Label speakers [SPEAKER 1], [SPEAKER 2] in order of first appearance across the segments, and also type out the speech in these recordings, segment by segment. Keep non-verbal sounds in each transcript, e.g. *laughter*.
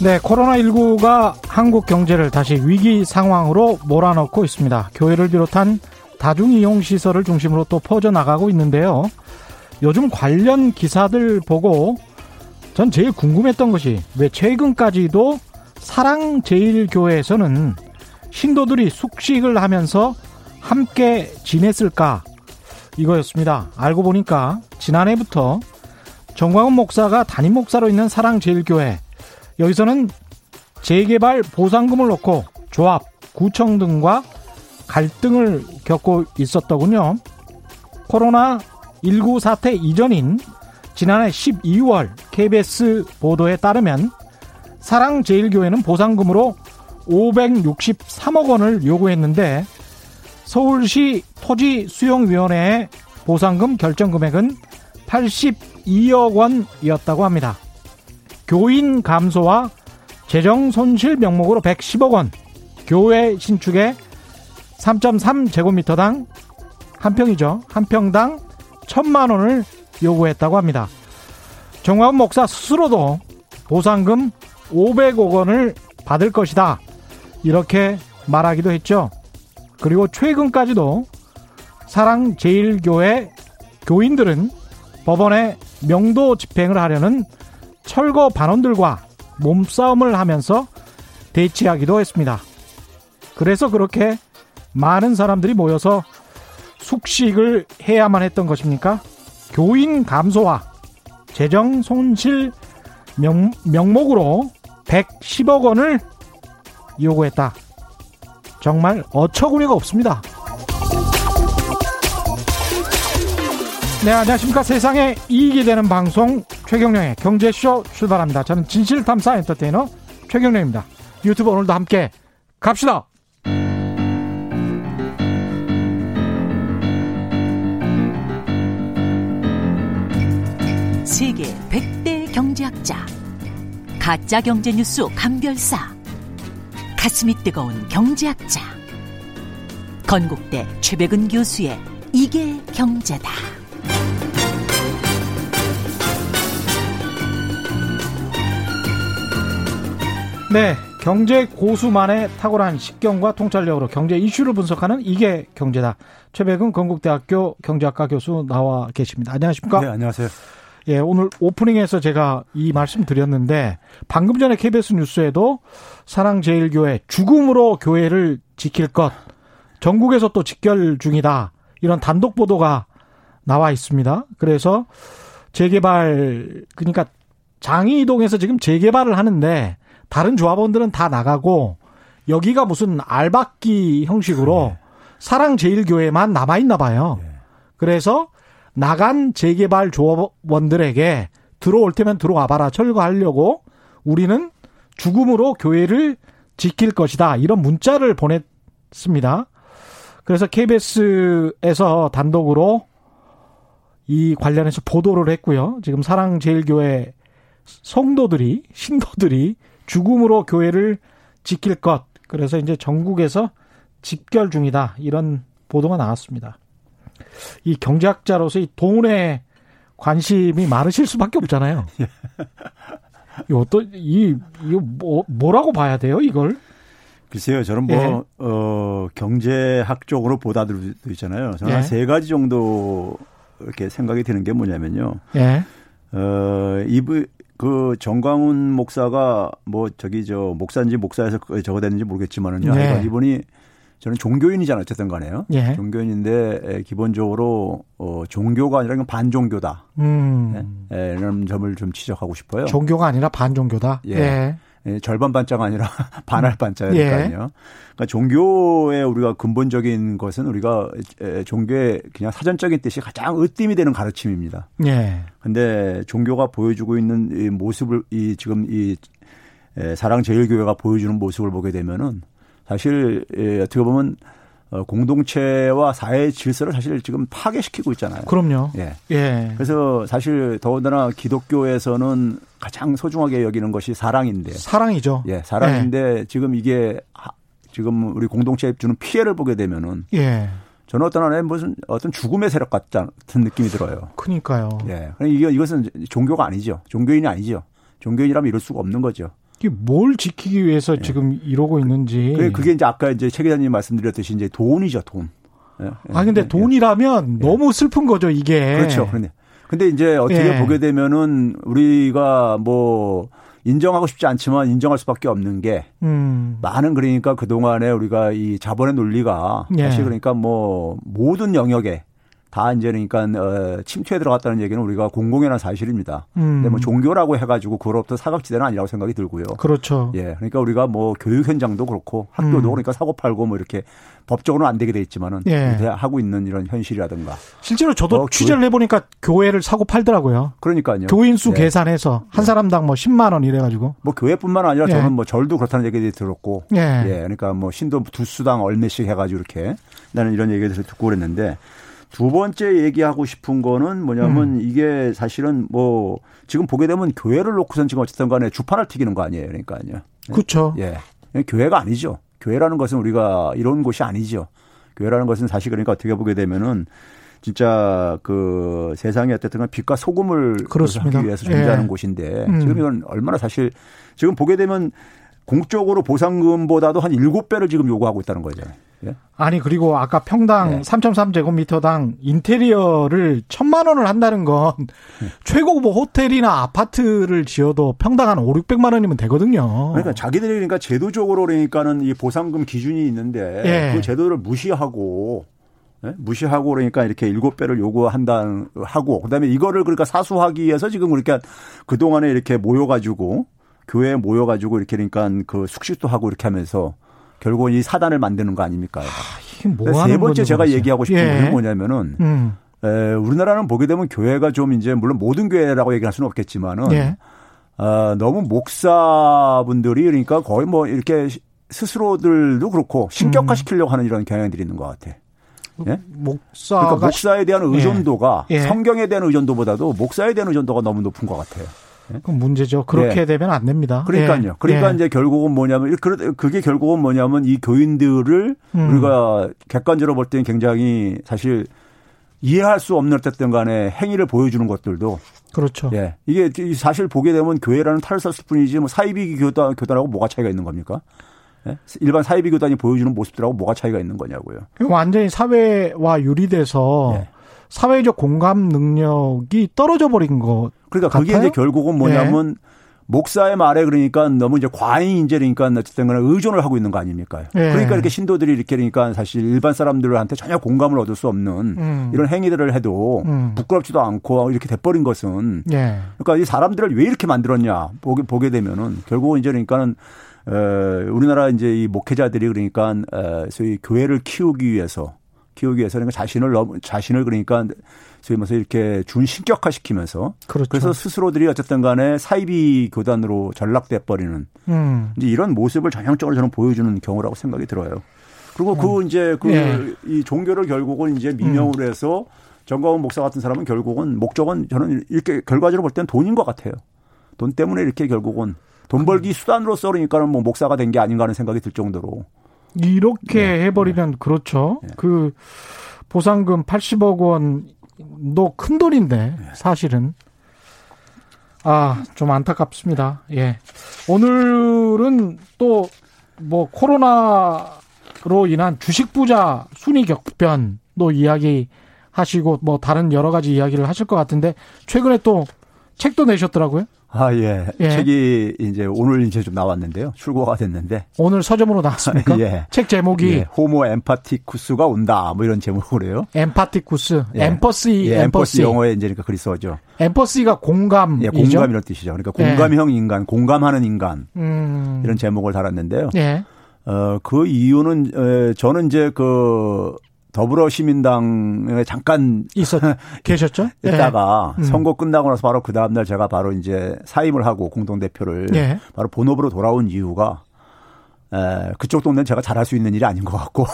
[SPEAKER 1] 네, 코로나19가 한국 경제를 다시 위기 상황으로 몰아넣고 있습니다. 교회를 비롯한 다중이용시설을 중심으로 또 퍼져나가고 있는데요. 요즘 관련 기사들 보고 전 제일 궁금했던 것이 왜 최근까지도 사랑제일교회에서는 신도들이 숙식을 하면서 함께 지냈을까 이거였습니다. 알고 보니까 지난해부터 정광훈 목사가 담임 목사로 있는 사랑제일교회 여기서는 재개발 보상금을 놓고 조합, 구청 등과 갈등을 겪고 있었더군요. 코로나19 사태 이전인 지난해 12월 KBS 보도에 따르면 사랑제일교회는 보상금으로 563억 원을 요구했는데 서울시 토지수용위원회의 보상금 결정 금액은 82억 원이었다고 합니다. 교인 감소와 재정 손실 명목으로 110억 원, 교회 신축에 3.3제곱미터당 한 평이죠. 한 평당 천만 원을 요구했다고 합니다. 정광훈 목사 스스로도 보상금 500억 원을 받을 것이다. 이렇게 말하기도 했죠. 그리고 최근까지도 사랑제일교회 교인들은 법원에 명도 집행을 하려는 철거 반원들과 몸싸움을 하면서 대치하기도 했습니다. 그래서 그렇게 많은 사람들이 모여서 숙식을 해야만 했던 것입니까? 교인 감소와 재정 손실 명, 명목으로 110억 원을 요구했다. 정말 어처구니가 없습니다. 네, 안녕하십니까. 세상에 이익이 되는 방송 최경령의 경제쇼 출발합니다. 저는 진실탐사 엔터테이너 최경령입니다. 유튜브 오늘도 함께 갑시다!
[SPEAKER 2] 세계 100대 경제학자 가짜 경제 뉴스 감별사 가슴이 뜨거운 경제학자 건국대 최백은 교수의 이게 경제다.
[SPEAKER 1] 네, 경제 고수만의 탁월한 식견과 통찰력으로 경제 이슈를 분석하는 이게 경제다. 최백은 건국대학교 경제학과 교수 나와 계십니다. 안녕하십니까?
[SPEAKER 3] 네, 안녕하세요.
[SPEAKER 1] 예, 오늘 오프닝에서 제가 이 말씀 드렸는데 방금 전에 KBS 뉴스에도 사랑제일교회 죽음으로 교회를 지킬 것 전국에서 또 직결 중이다 이런 단독 보도가 나와 있습니다. 그래서 재개발 그러니까 장이동에서 지금 재개발을 하는데 다른 조합원들은 다 나가고 여기가 무슨 알박기 형식으로 사랑제일교회만 남아 있나 봐요. 그래서 나간 재개발 조합원들에게 들어올 테면 들어와봐라 철거하려고 우리는 죽음으로 교회를 지킬 것이다 이런 문자를 보냈습니다. 그래서 KBS에서 단독으로 이 관련해서 보도를 했고요. 지금 사랑제일교회 성도들이 신도들이 죽음으로 교회를 지킬 것 그래서 이제 전국에서 집결 중이다 이런 보도가 나왔습니다. 이 경제학자로서 이 돈에 관심이 많으실 수밖에
[SPEAKER 3] *laughs*
[SPEAKER 1] 없잖아요.
[SPEAKER 3] 예.
[SPEAKER 1] 이 어떤 이 이거 뭐, 뭐라고 봐야 돼요 이걸?
[SPEAKER 3] 글쎄요, 저는 뭐 예. 어, 경제학 쪽으로 보다들 도 있잖아요. 저는 예. 세 가지 정도 이렇게 생각이 드는 게 뭐냐면요. 예. 어, 이브 그 정광훈 목사가 뭐 저기 저 목사인지 목사에서 그 저거 됐는지 모르겠지만은요.
[SPEAKER 1] 네.
[SPEAKER 3] 예. 이분이 저는 종교인이잖아요. 어쨌든 간에요. 예. 종교인인데 기본적으로 어, 종교가 아니라 그냥 반종교다. 음. 예, 이런 점을 좀 지적하고 싶어요.
[SPEAKER 1] 종교가 아니라 반종교다.
[SPEAKER 3] 예. 예. 절반 반자가 아니라 *laughs* 반할 반자니까요. 그러니까 종교의 우리가 근본적인 것은 우리가 예, 종교의 그냥 사전적인 뜻이 가장 으뜸이 되는 가르침입니다. 예. 근데 종교가 보여주고 있는 이 모습을 이 지금 이 예, 사랑제일교회가 보여주는 모습을 보게 되면은 사실 예, 어떻게 보면 공동체와 사회 질서를 사실 지금 파괴시키고 있잖아요.
[SPEAKER 1] 그럼요.
[SPEAKER 3] 예. 예. 그래서 사실 더군다나 기독교에서는 가장 소중하게 여기는 것이 사랑인데.
[SPEAKER 1] 사랑이죠.
[SPEAKER 3] 예, 사랑인데 예. 지금 이게 지금 우리 공동체에 주는 피해를 보게 되면은 예. 저는 어떤 하나의 무슨 어떤 죽음의 세력 같은 느낌이 들어요.
[SPEAKER 1] 그러니까요.
[SPEAKER 3] 예. 그러니까 이것은 종교가 아니죠. 종교인이 아니죠. 종교인이라면 이럴 수가 없는 거죠.
[SPEAKER 1] 뭘 지키기 위해서 지금 이러고 있는지.
[SPEAKER 3] 예. 그게, 그게 이제 아까 이제 최 기자님 말씀드렸듯이 이제 돈이죠, 돈.
[SPEAKER 1] 예, 아, 네. 근데 돈이라면 너무 슬픈 거죠, 이게.
[SPEAKER 3] 예. 그렇죠. 그런데, 근데 이제 어떻게 보게 되면은 우리가 뭐 인정하고 싶지 않지만 인정할 수밖에 없는 게 음. 많은 그러니까 그 동안에 우리가 이 자본의 논리가 예. 사실 그러니까 뭐 모든 영역에 다 이제 그러니까 어, 침투에 들어갔다는 얘기는 우리가 공공연한 사실입니다. 음. 근데 뭐 종교라고 해가지고 그로부터 사각지대는 아니라고 생각이 들고요.
[SPEAKER 1] 그렇죠.
[SPEAKER 3] 예, 그러니까 우리가 뭐 교육 현장도 그렇고 학교도 음. 그러니까 사고 팔고 뭐 이렇게 법적으로는 안 되게 돼 있지만은 예. 하고 있는 이런 현실이라든가.
[SPEAKER 1] 실제로 저도 어,
[SPEAKER 3] 그
[SPEAKER 1] 취재를 교회. 해보니까 교회를 사고 팔더라고요.
[SPEAKER 3] 그러니까요.
[SPEAKER 1] 교인 수 예. 계산해서 한 사람당 뭐 10만 원 이래가지고.
[SPEAKER 3] 뭐 교회뿐만 아니라 예. 저는 뭐 절도 그렇다는 얘기도 들었고.
[SPEAKER 1] 네.
[SPEAKER 3] 예. 예, 그러니까 뭐 신도 두 수당 얼마씩 해가지고 이렇게 나는 이런 얘기들을 듣고 그랬는데. 두 번째 얘기하고 싶은 거는 뭐냐면 음. 이게 사실은 뭐 지금 보게 되면 교회를 놓고선 지금 어쨌든 간에 주판을 튀기는 거 아니에요. 그러니까요.
[SPEAKER 1] 그렇죠.
[SPEAKER 3] 예. 교회가 아니죠. 교회라는 것은 우리가 이런 곳이 아니죠. 교회라는 것은 사실 그러니까 어떻게 보게 되면은 진짜 그 세상에 어쨌든 빛과 소금을
[SPEAKER 1] 그렇습니다.
[SPEAKER 3] 하기 위해서 존재하는 예. 곳인데 음. 지금 이건 얼마나 사실 지금 보게 되면 공적으로 보상금보다도 한 7배를 지금 요구하고 있다는 거잖아요. 예?
[SPEAKER 1] 아니 그리고 아까 평당 예. 3.3제곱미터당 인테리어를 천만 원을 한다는 건 예. 최고급 뭐 호텔이나 아파트를 지어도 평당 한 5, 600만 원이면 되거든요.
[SPEAKER 3] 그러니까 자기들이 그러니까 제도적으로 그러니까는 이 보상금 기준이 있는데 그 제도를 무시하고 무시하고 그러니까 이렇게 일곱 배를 요구한다 하고 그다음에 이거를 그러니까 사수하기 위해서 지금 그러니까 그동안에 이렇게 모여 가지고 교회에 모여 가지고 이렇게 그러니까 그 숙식도 하고 이렇게 하면서 결국은 이 사단을 만드는 거 아닙니까? 아,
[SPEAKER 1] 이게 뭐
[SPEAKER 3] 세 번째 제가
[SPEAKER 1] 모르겠어요.
[SPEAKER 3] 얘기하고 싶은 예. 게 뭐냐면은 음. 에, 우리나라는 보게 되면 교회가 좀 이제 물론 모든 교회라고 얘기할 수는 없겠지만은 예. 어, 너무 목사분들이 그러니까 거의 뭐 이렇게 스스로들도 그렇고 신격화 시키려고 하는 이런 경향들이 있는 것 같아.
[SPEAKER 1] 예? 목사
[SPEAKER 3] 그러니까 목사에 대한 의존도가 예. 성경에 대한 의존도보다도 목사에 대한 의존도가 너무 높은 것 같아요.
[SPEAKER 1] 그건 문제죠. 그렇게 예. 되면 안 됩니다.
[SPEAKER 3] 그러니까요. 예. 그러니까 예. 이제 결국은 뭐냐면 그게 결국은 뭐냐면 이 교인들을 음. 우리가 객관적으로 볼 때는 굉장히 사실 이해할 수 없는 어쨌든 간에 행위를 보여주는 것들도
[SPEAKER 1] 그렇죠.
[SPEAKER 3] 예. 이게 사실 보게 되면 교회라는 탈을 썼을 뿐이지 뭐 사이비 교단, 교단하고 뭐가 차이가 있는 겁니까? 예? 일반 사이비 교단이 보여주는 모습들하고 뭐가 차이가 있는 거냐고요.
[SPEAKER 1] 그러니까 완전히 사회와
[SPEAKER 3] 예.
[SPEAKER 1] 유리돼서 사회적 공감 능력이 떨어져 버린 것.
[SPEAKER 3] 그러니까 그게
[SPEAKER 1] 같아요?
[SPEAKER 3] 이제 결국은 뭐냐면 예. 목사의 말에 그러니까 너무 이제 과잉 이제 그러니까 어쨌든 간에 의존을 하고 있는 거 아닙니까? 예. 그러니까 이렇게 신도들이 이렇게 그러니까 사실 일반 사람들한테 전혀 공감을 얻을 수 없는 음. 이런 행위들을 해도 음. 부끄럽지도 않고 이렇게 돼버린 것은 예. 그러니까 이 사람들을 왜 이렇게 만들었냐 보게 보게 되면은 결국은 이제 그러니까는 에, 우리나라 이제 이 목회자들이 그러니까 에, 소위 교회를 키우기 위해서 키우기 위해서 그러니까 자신을 너무 자신을 그러니까 소위 말해서 이렇게 준신격화 시키면서 그렇죠. 그래서 스스로들이 어쨌든 간에 사이비 교단으로 전락돼 버리는 음. 이제 이런 모습을 전형적으로 저는 보여주는 경우라고 생각이 들어요. 그리고 그 음. 이제 그이 예. 종교를 결국은 이제 민영으로 해서 음. 정광훈 목사 같은 사람은 결국은 목적은 저는 이렇게 결과적으로 볼 때는 돈인 것 같아요. 돈 때문에 이렇게 결국은 돈 벌기 수단으로서 그러니까는 뭐 목사가 된 게 아닌가 하는 생각이 들 정도로
[SPEAKER 1] 이렇게 네. 해버리면 네. 그렇죠. 네. 그 보상금 80억 원도 큰 돈인데 사실은 아 좀 안타깝습니다. 예, 오늘은 또 뭐 코로나로 인한 주식 부자 순위 격변도 이야기 하시고 뭐 다른 여러 가지 이야기를 하실 것 같은데 최근에 또 책도 내셨더라고요.
[SPEAKER 3] 아, 예. 예. 책이 이제 오늘 이제 좀 나왔는데요. 출고가 됐는데.
[SPEAKER 1] 오늘 서점으로 나왔습니까? *laughs* 예. 책 제목이 예.
[SPEAKER 3] 호모 엠파티쿠스가 온다. 뭐 이런 제목으로요.
[SPEAKER 1] 엠파티쿠스. 엠퍼시.
[SPEAKER 3] 예. 엠퍼시 영어에 이제 그러니까 글이 써죠.
[SPEAKER 1] 엠퍼시가 공감.
[SPEAKER 3] 예, 공감이란 뜻이죠. 그러니까 공감형 인간, 공감하는 인간. 음. 이런 제목을 달았는데요. 예. 어, 그 이유는 에, 저는 이제 그 더불어시민당에 잠깐 *laughs*
[SPEAKER 1] 있었 계셨죠?
[SPEAKER 3] 있다가 예. 음. 선거 끝나고 나서 바로 그 다음 날 제가 바로 이제 사임을 하고 공동 대표를 예. 바로 본업으로 돌아온 이유가 에, 그쪽 동네는 제가 잘할 수 있는 일이 아닌 것 *laughs* 같고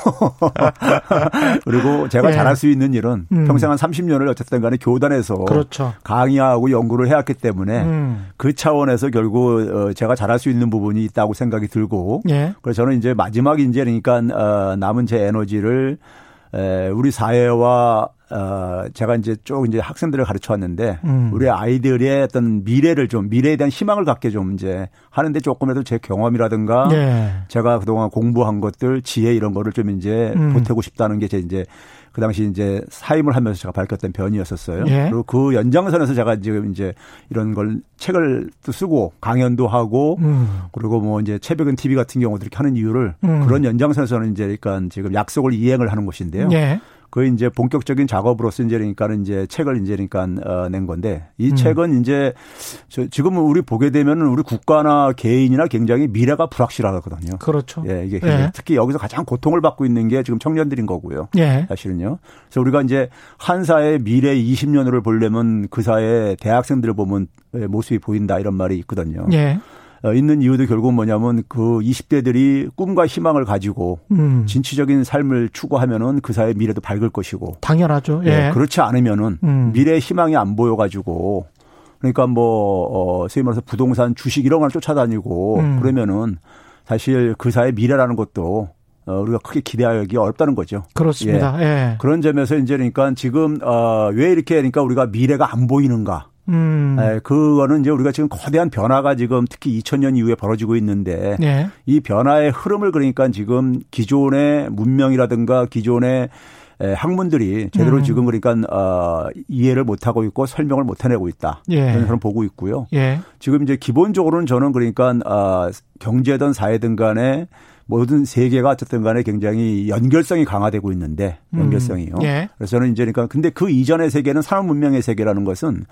[SPEAKER 3] 그리고 제가 예. 잘할 수 있는 일은 음. 평생 한 30년을 어쨌든 간에 교단에서
[SPEAKER 1] 그렇죠.
[SPEAKER 3] 강의하고 연구를 해왔기 때문에 음. 그 차원에서 결국 어, 제가 잘할 수 있는 부분이
[SPEAKER 1] 예.
[SPEAKER 3] 있다고 예. 어, 생각이 들고 그래서 저는 이제 마지막 이제 그러니까 남은 제 에너지를 에, 우리 사회와 어, 제가 이제 쭉 이제 학생들을 가르쳐 왔는데 음. 우리 아이들의 어떤 미래를 좀 미래에 대한 희망을 갖게 좀 이제 하는데 조금이라도 제 경험이라든가 예. 제가 그동안 공부한 것들 지혜 이런 거를 좀 이제 음. 보태고 싶다는 게 제 이제 그 당시 이제 사임을 하면서 제가 밝혔던 변이었었어요. 예. 그리고 그 연장선에서 제가 지금 이제 이런 걸 책을 또 쓰고 강연도 하고 음. 그리고 뭐 이제 채백은 TV 같은 경우도 이렇게 하는 이유를 그런 연장선에서는 이제 그러니까 지금 약속을 이행을 하는 곳인데요. 예. 그 이제 본격적인 작업으로서 이제 그러니까는 이제 책을 이제 그러니까 어, 낸 건데 이 음. 책은 이제 저 지금 우리 보게 되면은 우리 국가나 개인이나 굉장히 미래가 불확실하거든요.
[SPEAKER 1] 그렇죠.
[SPEAKER 3] 예, 이게 예. 특히 여기서 가장 고통을 받고 있는 게 지금 청년들인
[SPEAKER 1] 네.
[SPEAKER 3] 거고요. 예. 사실은요. 그래서 우리가 이제 한 사의 미래 20년을 보려면 그 사의 대학생들을 보면 예, 모습이 보인다 이런 말이 있거든요.
[SPEAKER 1] 네.
[SPEAKER 3] 예. 있는 이유도 결국 뭐냐면 그 20대들이 꿈과 희망을 가지고 음. 진취적인 삶을 추구하면은 그 사회 미래도 밝을 것이고
[SPEAKER 1] 당연하죠. 예.
[SPEAKER 3] 네, 그렇지 않으면은 음. 미래 희망이 안 보여 가지고 그러니까 뭐 어, 소위 말해서 부동산 주식 이런 걸 쫓아다니고 음. 그러면은 사실 그 사회 미래라는 것도 어, 우리가 크게 기대하기 어렵다는 거죠.
[SPEAKER 1] 그렇습니다. 예. 예.
[SPEAKER 3] 그런 점에서 이제 그러니까 지금 어, 왜 이렇게 그러니까 우리가 미래가 안 보이는가? 음. 네, 그거는 이제 우리가 지금 거대한 변화가 지금 특히 2000년 이후에 벌어지고 있는데 예. 이 변화의 흐름을 그러니까 지금 기존의 문명이라든가 기존의 학문들이 제대로 음. 지금 그러니까 어, 이해를 못 하고 있고 설명을 못 해내고 있다. 예. 그런 저는 보고 있고요. 예. 지금 이제 기본적으로는 저는 그러니까 어, 경제든 사회든 간에 모든 세계가 어쨌든 간에 굉장히 연결성이 강화되고 있는데 연결성이요. 음. 예. 그래서 저는 이제 그러니까 근데 그 이전의 세계는 산업 문명의 세계라는 것은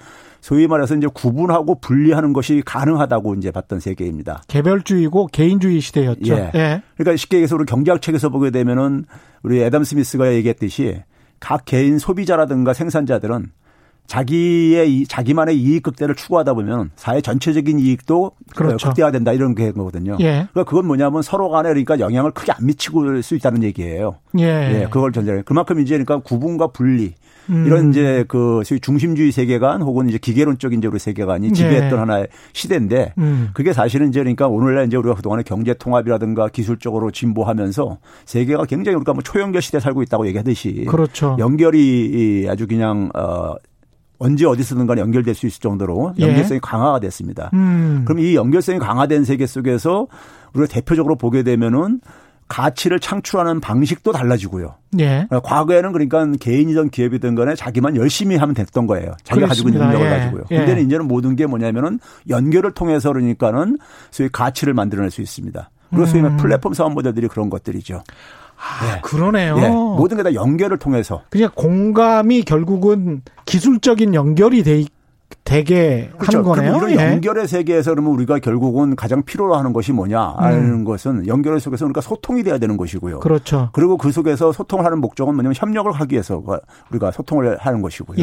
[SPEAKER 3] 소위 말해서 이제 구분하고 분리하는 것이 가능하다고 이제 봤던 세계입니다.
[SPEAKER 1] 개별주의고 개인주의 시대였죠.
[SPEAKER 3] 예. 예. 그러니까 쉽게 얘기해서 우리 경제학 책에서 보게 되면은 우리 애덤 스미스가 얘기했듯이 각 개인 소비자라든가 생산자들은 자기의 자기만의 이익 극대를 추구하다 보면 사회 전체적인 이익도 그렇죠. 극대화된다 이런 게 거거든요. 예. 그러니까 그건 뭐냐면 서로 간에 그러니까 영향을 크게 안 미치고 수 있다는 얘기예요. 예, 예 그걸 전제로 그만큼 이제 그러니까 구분과 분리 음. 이런 이제 그 소위 중심주의 세계관 혹은 이제 기계론적인 이제 우리 세계관이 지배했던 예. 하나의 시대인데 음. 그게 사실은 이제 그러니까 오늘날 이제 우리가 그동안에 경제 통합이라든가 기술적으로 진보하면서 세계가 굉장히 우리가 뭐 초연결 시대에 살고 있다고 얘기하듯이
[SPEAKER 1] 그렇죠.
[SPEAKER 3] 연결이 아주 그냥 어 언제 어디서든 간에 연결될 수 있을 정도로 연결성이 예. 강화가 됐습니다. 음. 그럼 이 연결성이 강화된 세계 속에서 우리가 대표적으로 보게 되면은 가치를 창출하는 방식도 달라지고요. 예. 과거에는 그러니까 개인이든 기업이든 간에 자기만 열심히 하면 됐던 거예요. 자기가 그렇습니다. 가지고 있는 능력을 예. 가지고요. 근데 예. 이제는 모든 게 뭐냐면은 연결을 통해서 그러니까는 소위 가치를 만들어낼 수 있습니다. 그리고 소위 음. 플랫폼 사업 모델들이 그런 것들이죠.
[SPEAKER 1] 아, 예. 그러네요.
[SPEAKER 3] 예. 모든 게 다 연결을 통해서.
[SPEAKER 1] 그냥 공감이 결국은 기술적인 연결이 돼 되게 그렇죠. 하는 거네요.
[SPEAKER 3] 그럼 이런 예. 연결의 세계에서 그러면 우리가 결국은 가장 필요로 하는 것이 뭐냐 하는 음. 것은 연결의 속에서 그러니까 소통이 돼야 되는 것이고요.
[SPEAKER 1] 그렇죠.
[SPEAKER 3] 그리고 그 속에서 소통을 하는 목적은 뭐냐면 협력을 하기 위해서 그 우리가 소통을 하는 것이고요.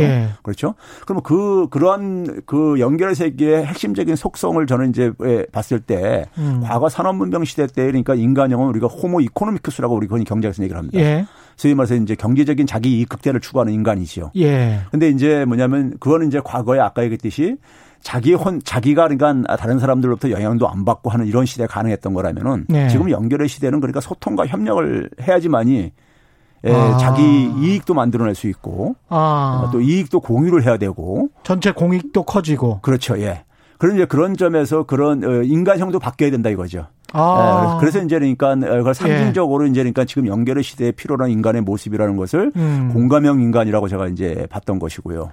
[SPEAKER 3] 그렇죠. 그러면 그 그러한 그 연결의 세계의 핵심적인 속성을 저는 이제 봤을 때 음. 과거 산업 문명 시대 때 그러니까 인간형은 우리가 호모 이코노미쿠스라고 우리 흔히 경제에서 얘기를 합니다. 예. 소위 말해서 이제 경제적인 자기 이익 극대를 추구하는 인간이지요. 예. 근데 이제 뭐냐면 그거는 이제 과거에 아까 얘기했듯이 자기 혼 자기가 그러니까 다른 사람들로부터 영향도 안 받고 하는 이런 시대 가능했던 거라면은 예. 지금 연결의 시대는 그러니까 소통과 협력을 해야지만이 예, 아. 자기 이익도 만들어낼 수 있고 아. 또 이익도 공유를 해야 되고
[SPEAKER 1] 전체 공익도 커지고
[SPEAKER 3] 그렇죠 예 그런 이제 그런 점에서 그런 인간형도 바뀌어야 된다 이거죠. 아. 그래서 이제 그러니까 그걸 상징적으로 예. 이제 그러니까 지금 연결의 시대에 필요한 인간의 모습이라는 것을 음. 공감형 인간이라고 제가 이제 봤던 것이고요.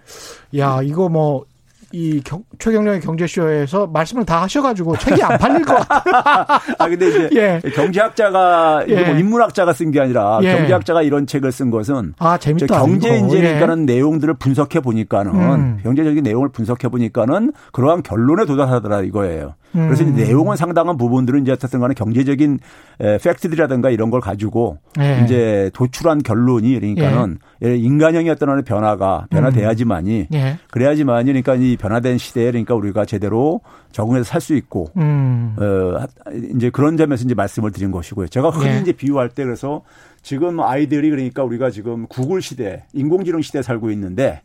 [SPEAKER 1] 야 이거 뭐. 이 경, 최경련의 경제쇼에서 말씀을 다 하셔가지고 책이 안 팔릴 것 같아요.
[SPEAKER 3] 아, 근데 이제 *laughs* 예. 경제학자가, 예. 뭐 인문학자가 쓴 게 아니라 예. 경제학자가 이런 책을 쓴 것은
[SPEAKER 1] 아, 재밌다.
[SPEAKER 3] 경제인재니까는 내용들을 분석해 보니까는 예. 음. 경제적인 내용을 분석해 보니까는 그러한 결론에 도달하더라 이거예요. 그래서 음. 내용은 상당한 부분들은 이제 어쨌든 간에 경제적인 팩트들이라든가 이런 걸 가지고 예. 이제 도출한 결론이 그러니까는 예. 인간형의 어떤 하나의 변화가 변화돼야지만이 예. 그래야지만이 그러니까 이 변화된 시대에 그러니까 우리가 제대로 적응해서 살 수 있고 음. 어 이제 그런 점에서 이제 말씀을 드린 것이고요. 제가 흔히 예. 이제 비유할 때 그래서 지금 아이들이 그러니까 우리가 지금 구글 시대,
[SPEAKER 1] 예.
[SPEAKER 3] 인공지능 시대에 살고 있는데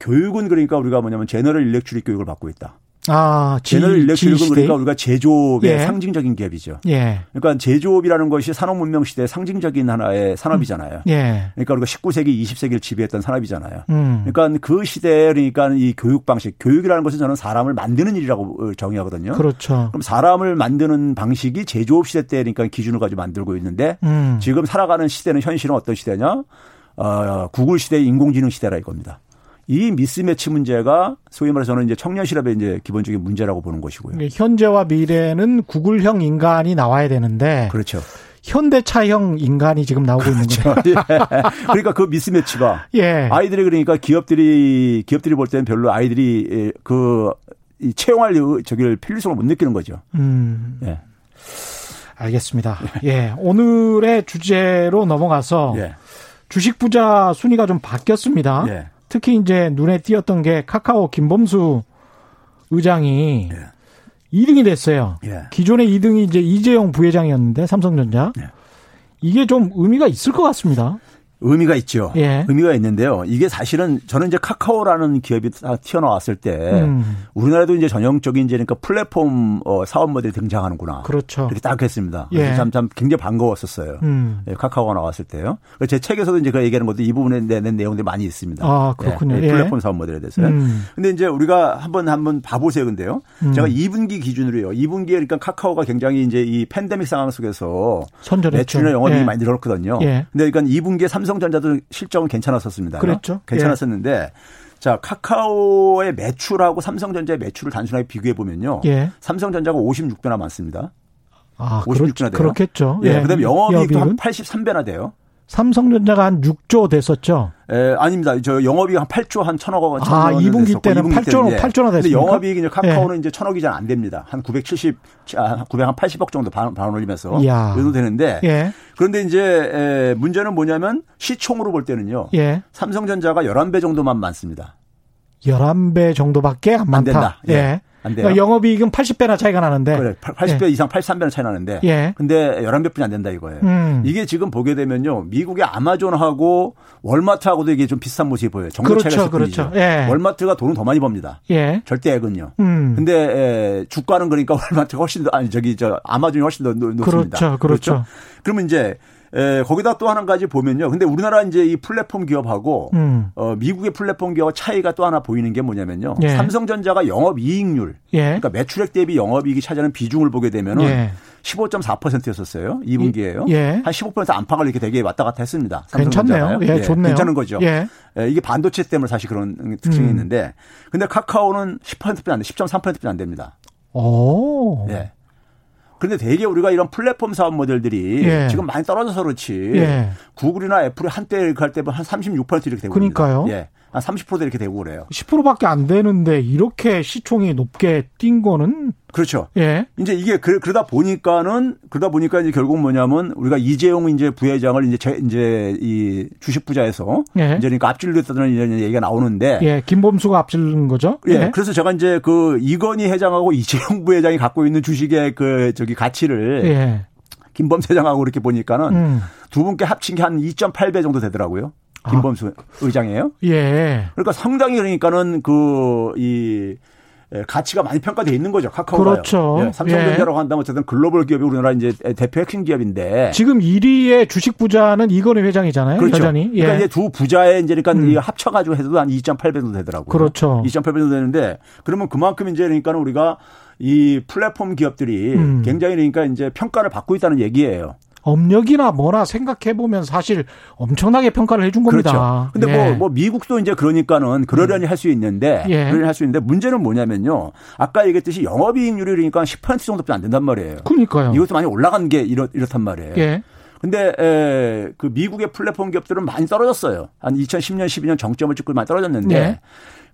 [SPEAKER 3] 교육은 그러니까 우리가 뭐냐면 제너럴 일렉 출입 교육을 받고 있다.
[SPEAKER 1] 아, 지,
[SPEAKER 3] 제너럴 일렉트릭은
[SPEAKER 1] 시대?
[SPEAKER 3] 그러니까 우리가 제조업의
[SPEAKER 1] 예.
[SPEAKER 3] 상징적인 기업이죠.
[SPEAKER 1] 예.
[SPEAKER 3] 그러니까 제조업이라는 것이 산업문명 시대의 상징적인 하나의 산업이잖아요.
[SPEAKER 1] 예.
[SPEAKER 3] 그러니까 우리가 19세기, 20세기를 지배했던 산업이잖아요.
[SPEAKER 1] 음.
[SPEAKER 3] 그러니까 그 시대에 그러니까 이 교육 방식, 교육이라는 것은 저는 사람을 만드는 일이라고 어, 정의하거든요.
[SPEAKER 1] 그렇죠.
[SPEAKER 3] 그럼 사람을 만드는 방식이 제조업 시대 때 그러니까 기준을 가지고 만들고 있는데
[SPEAKER 1] 음.
[SPEAKER 3] 지금 살아가는 시대는 현실은 어떤 시대냐? 어, 구글 시대 인공지능 시대라 이겁니다. 이 미스매치 문제가 소위 말해서는 이제 청년 실업의 이제 기본적인 문제라고 보는 것이고요.
[SPEAKER 1] 그러니까 현재와 미래는 구글형 인간이 나와야 되는데
[SPEAKER 3] 그렇죠. *laughs*
[SPEAKER 1] 현대차형 인간이 지금 나오고 있는 거죠.
[SPEAKER 3] 예. 그러니까 그 미스매치가
[SPEAKER 1] *laughs* 예.
[SPEAKER 3] 아이들이 그러니까 기업들이 기업들이 볼 때는 별로 아이들이 그이 채용할 의- 저기를 필요성을 못 느끼는 거죠.
[SPEAKER 1] 음.
[SPEAKER 3] 예.
[SPEAKER 1] 알겠습니다. 예. 오늘의 주제로 넘어가서
[SPEAKER 3] 예.
[SPEAKER 1] 주식 부자 순위가 좀 바뀌었습니다.
[SPEAKER 3] 예.
[SPEAKER 1] 특히 이제 눈에 띄었던 게 카카오 김범수 의장이
[SPEAKER 3] 예.
[SPEAKER 1] 2등이 됐어요.
[SPEAKER 3] 예.
[SPEAKER 1] 기존의 2등이 이제 이재용 부회장이었는데 삼성전자.
[SPEAKER 3] 예.
[SPEAKER 1] 이게 좀 의미가 있을 것 같습니다.
[SPEAKER 3] 의미가 있죠.
[SPEAKER 1] 예.
[SPEAKER 3] 의미가 있는데요. 이게 사실은 저는 이제 카카오라는 기업이 다 튀어나왔을 때
[SPEAKER 1] 음.
[SPEAKER 3] 우리나라도 이제 전형적인 이제 그러니까 플랫폼 어, 사업 모델이 등장하는구나.
[SPEAKER 1] 그렇죠.
[SPEAKER 3] 이렇게 딱 했습니다.
[SPEAKER 1] 예.
[SPEAKER 3] 그래서 참, 참 굉장히 반가웠었어요.
[SPEAKER 1] 음.
[SPEAKER 3] 예, 카카오가 나왔을 때요. 그래서 제 책에서도 이제 그 얘기하는 것도 이 부분에 내는 내용들이 많이 있습니다.
[SPEAKER 1] 아, 그렇군요.
[SPEAKER 3] 예,
[SPEAKER 1] 예.
[SPEAKER 3] 이 플랫폼 사업 모델에 대해서요.
[SPEAKER 1] 음.
[SPEAKER 3] 근데 이제 우리가 한번 한번 봐보세요. 근데요. 제가 2분기 기준으로요. 2분기에 그러니까 카카오가 굉장히 이제 이 팬데믹 상황 속에서
[SPEAKER 1] 선전했죠.
[SPEAKER 3] 매출이나 영업이익이
[SPEAKER 1] 예.
[SPEAKER 3] 많이 늘었거든요.
[SPEAKER 1] 예.
[SPEAKER 3] 근데 그러니까 2분기에 삼성전자도 실적은 괜찮았었습니다.
[SPEAKER 1] 그랬죠.
[SPEAKER 3] 괜찮았었는데 자 카카오의 매출하고 삼성전자의 매출을 단순하게 비교해 보면요.
[SPEAKER 1] 예.
[SPEAKER 3] 삼성전자가 56배나 많습니다.
[SPEAKER 1] 아,
[SPEAKER 3] 56이나 돼요.
[SPEAKER 1] 그렇, 겠죠
[SPEAKER 3] 예. 그다음에 영업이익도
[SPEAKER 1] 영업이익은?
[SPEAKER 3] 한 83배나 돼요.
[SPEAKER 1] 삼성전자가 한 6조 됐었죠.
[SPEAKER 3] 에, 아닙니다. 저 영업이익 한 8조 한 천억 원. 천억
[SPEAKER 1] 아,
[SPEAKER 3] 원
[SPEAKER 1] 2분기
[SPEAKER 3] 됐었고,
[SPEAKER 1] 때는
[SPEAKER 3] 2분기
[SPEAKER 1] 8조,
[SPEAKER 3] 예.
[SPEAKER 1] 8조나
[SPEAKER 3] 근데
[SPEAKER 1] 됐습니까?
[SPEAKER 3] 영업이익이 이제 카카오는 이제 천억이 잘 안 됩니다. 한 970, 아, 980억 정도 반, 반 올리면서.
[SPEAKER 1] 이야.
[SPEAKER 3] 그 정도 되는데.
[SPEAKER 1] 예.
[SPEAKER 3] 그런데 이제 에, 문제는 뭐냐면 시총으로 볼 때는요.
[SPEAKER 1] 예.
[SPEAKER 3] 삼성전자가 11배 정도만 많습니다.
[SPEAKER 1] 11배 정도밖에 안 많다.
[SPEAKER 3] 안 된다. 예.
[SPEAKER 1] 예.
[SPEAKER 3] 안 돼요.
[SPEAKER 1] 그러니까 영업이익은 80배나 차이가 나는데.
[SPEAKER 3] 그래, 80배 이상 83배는 차이 나는데.
[SPEAKER 1] 네. 예.
[SPEAKER 3] 근데 11배뿐이 안 된다 이거예요.
[SPEAKER 1] 음.
[SPEAKER 3] 이게 지금 보게 되면요. 미국의 아마존하고 월마트하고도 이게 좀 비슷한 모습이 보여요. 정도
[SPEAKER 1] 그렇죠,
[SPEAKER 3] 차이가 있을
[SPEAKER 1] 그렇죠.
[SPEAKER 3] 뿐이죠.
[SPEAKER 1] 예.
[SPEAKER 3] 월마트가 돈은 더 많이 법니다.
[SPEAKER 1] 예.
[SPEAKER 3] 절대 액은요.
[SPEAKER 1] 음.
[SPEAKER 3] 근데 에, 주가는 그러니까 *laughs* 월마트가 훨씬 더 아니 저기 저 아마존이 훨씬 더 높- 높습니다.
[SPEAKER 1] 그렇죠, 그렇죠.
[SPEAKER 3] 그러면 이제 에, 거기다 또 한 가지 보면요. 근데 우리나라 이제 이 플랫폼 기업하고
[SPEAKER 1] 음.
[SPEAKER 3] 어, 미국의 플랫폼 기업 차이가 또 하나 보이는 게 뭐냐면요.
[SPEAKER 1] 예.
[SPEAKER 3] 삼성전자가 영업 이익률
[SPEAKER 1] 예.
[SPEAKER 3] 그러니까 매출액 대비 영업이익이 차지하는 비중을 보게 되면은
[SPEAKER 1] 예.
[SPEAKER 3] 15.4%였었어요. 2분기에요.
[SPEAKER 1] 예.
[SPEAKER 3] 한 15% 안팎을 이렇게 되게 왔다 갔다 했습니다.
[SPEAKER 1] 괜찮네요.
[SPEAKER 3] 삼성전자가요.
[SPEAKER 1] 예, 좋네요.
[SPEAKER 3] 괜찮은 거죠.
[SPEAKER 1] 예.
[SPEAKER 3] 예, 이게 반도체 때문에 사실 그런 특징이
[SPEAKER 1] 음.
[SPEAKER 3] 있는데, 근데 카카오는 10%뿐이 안 돼, 10.3%뿐이 안 됩니다.
[SPEAKER 1] 오.
[SPEAKER 3] 예. 그런데 되게 우리가 이런 플랫폼 사업 모델들이
[SPEAKER 1] 예.
[SPEAKER 3] 지금 많이 떨어져서 그렇지.
[SPEAKER 1] 예.
[SPEAKER 3] 구글이나 애플이 한때 이렇게 할 때면 한 36% 이렇게 되고.
[SPEAKER 1] 그러니까요.
[SPEAKER 3] 그럽니다. 예. 한 30% 이렇게 되고 그래요.
[SPEAKER 1] 10%밖에 안 되는데 이렇게 시총이 높게 뛴 거는
[SPEAKER 3] 그렇죠.
[SPEAKER 1] 예.
[SPEAKER 3] 이제 이게 그- 그러다 보니까는 그러다 보니까 이제 결국 뭐냐면 우리가 이재용 이제 부회장을 이제 제, 이제 이 주식 부자에서
[SPEAKER 1] 예.
[SPEAKER 3] 이제 그러니까 앞질렀다는 이런 얘기가 나오는데
[SPEAKER 1] 예. 김범수가 앞질른 거죠?
[SPEAKER 3] 예, 그래서 제가 이제 그 이건희 회장하고 이재용 부회장이 갖고 있는 주식의 그 저기 가치를
[SPEAKER 1] 예.
[SPEAKER 3] 김범수 회장하고 이렇게 보니까는
[SPEAKER 1] 음.
[SPEAKER 3] 두 분께 합친 게 한 2.8배 정도 되더라고요.
[SPEAKER 1] 아.
[SPEAKER 3] 김범수 의장이에요.
[SPEAKER 1] 예.
[SPEAKER 3] 그러니까 상당히 그러니까는 그 이 예, 가치가 많이 평가돼 있는 거죠. 카카오가요.
[SPEAKER 1] 그렇죠.
[SPEAKER 3] 예, 삼성전자라고 한다면 어쨌든 글로벌 기업이 우리나라 이제 대표 핵심 기업인데
[SPEAKER 1] 네. 지금 1위의 주식 부자는 이건희 회장이잖아요.
[SPEAKER 3] 그렇죠.
[SPEAKER 1] 여전히. 예. 음.
[SPEAKER 3] 그러니까 이제 두 부자의 이제 그러니까 이 합쳐가지고 해도 한 2.8배 정도 되더라고요.
[SPEAKER 1] 그렇죠.
[SPEAKER 3] 2.8배 정도 되는데 그러면 그만큼 이제 그러니까 우리가 이 플랫폼 기업들이
[SPEAKER 1] 음.
[SPEAKER 3] 굉장히 그러니까 이제 평가를 받고 있다는 얘기예요.
[SPEAKER 1] 업력이나 뭐나 생각해 보면 사실 엄청나게 평가를 해준 겁니다.
[SPEAKER 3] 그렇죠. 근데
[SPEAKER 1] 예.
[SPEAKER 3] 뭐, 뭐 미국도 이제 그러니까는 그러려니 할 수 있는데
[SPEAKER 1] 예.
[SPEAKER 3] 그러려니 할 수 있는데 문제는 뭐냐면요. 아까 얘기했듯이 영업이익률이 그러니까 10% 정도밖에 안 된단 말이에요.
[SPEAKER 1] 그러니까요.
[SPEAKER 3] 이것도 많이 올라간 게 이렇, 이렇단 말이에요.
[SPEAKER 1] 그렇죠. 예.
[SPEAKER 3] 근데 에, 그 미국의 플랫폼 기업들은 많이 떨어졌어요. 한 2010년, 12년 정점을 찍고 많이 떨어졌는데.
[SPEAKER 1] 네.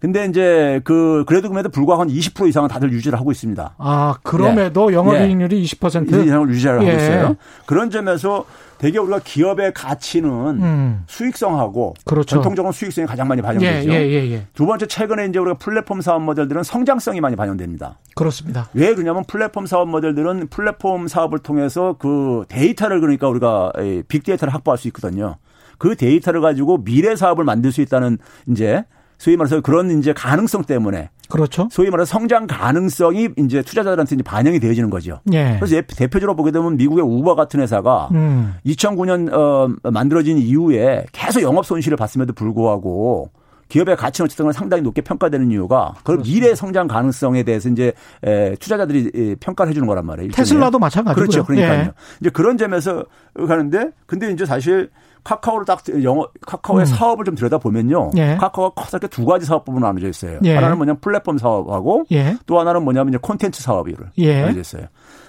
[SPEAKER 3] 근데 이제 그 그래도 그럼에도 불구하고 한 20% 이상은 다들 유지를 하고 있습니다.
[SPEAKER 1] 아, 그럼에도
[SPEAKER 3] 예.
[SPEAKER 1] 영업이익률이
[SPEAKER 3] 20%
[SPEAKER 1] 20%?
[SPEAKER 3] 이상을 유지를
[SPEAKER 1] 예.
[SPEAKER 3] 하고 있어요. 그런 점에서 되게 우리가 기업의 가치는
[SPEAKER 1] 음.
[SPEAKER 3] 수익성하고
[SPEAKER 1] 그렇죠.
[SPEAKER 3] 전통적인 수익성이 가장 많이
[SPEAKER 1] 예,
[SPEAKER 3] 반영되죠.
[SPEAKER 1] 예, 예, 예.
[SPEAKER 3] 두 번째 최근에 이제 우리가 플랫폼 사업 모델들은 성장성이 많이 반영됩니다.
[SPEAKER 1] 그렇습니다.
[SPEAKER 3] 왜 그러냐면 플랫폼 사업 모델들은 플랫폼 사업을 통해서 그 데이터를 그러니까 우리가 이 빅데이터를 확보할 수 있거든요. 그 데이터를 가지고 미래 사업을 만들 수 있다는 이제 소위 말해서 그런 이제 가능성 때문에
[SPEAKER 1] 그렇죠.
[SPEAKER 3] 소위 말해서 성장 가능성이 이제 투자자들한테 이제 반영이 되어지는 거죠.
[SPEAKER 1] 예.
[SPEAKER 3] 그래서 예- 대표적으로 보게 되면 미국의 우버 같은 회사가
[SPEAKER 1] 음.
[SPEAKER 3] 2009년 어 만들어진 이후에 계속 영업 손실을 봤음에도 불구하고 기업의 가치 어치성은 상당히 높게 평가되는 이유가 그 미래 성장 가능성에 대해서 이제 에, 투자자들이 에, 평가를 해주는 거란 말이에요. 일종의.
[SPEAKER 1] 테슬라도 마찬가지고요.
[SPEAKER 3] 그렇죠. 그러니까요.
[SPEAKER 1] 예.
[SPEAKER 3] 이제 그런 점에서 가는데 근데 이제 사실 카카오를 딱 영어 카카오의
[SPEAKER 1] 음.
[SPEAKER 3] 사업을 좀 들여다 보면요.
[SPEAKER 1] 예.
[SPEAKER 3] 카카오가 커다랗게 두 가지 사업부로 나눠져 있어요.
[SPEAKER 1] 예.
[SPEAKER 3] 하나는 뭐냐면 플랫폼 사업하고
[SPEAKER 1] 예.
[SPEAKER 3] 또 하나는 뭐냐면 이제 콘텐츠 사업이를
[SPEAKER 1] 예.
[SPEAKER 3] 나눠져 있어요.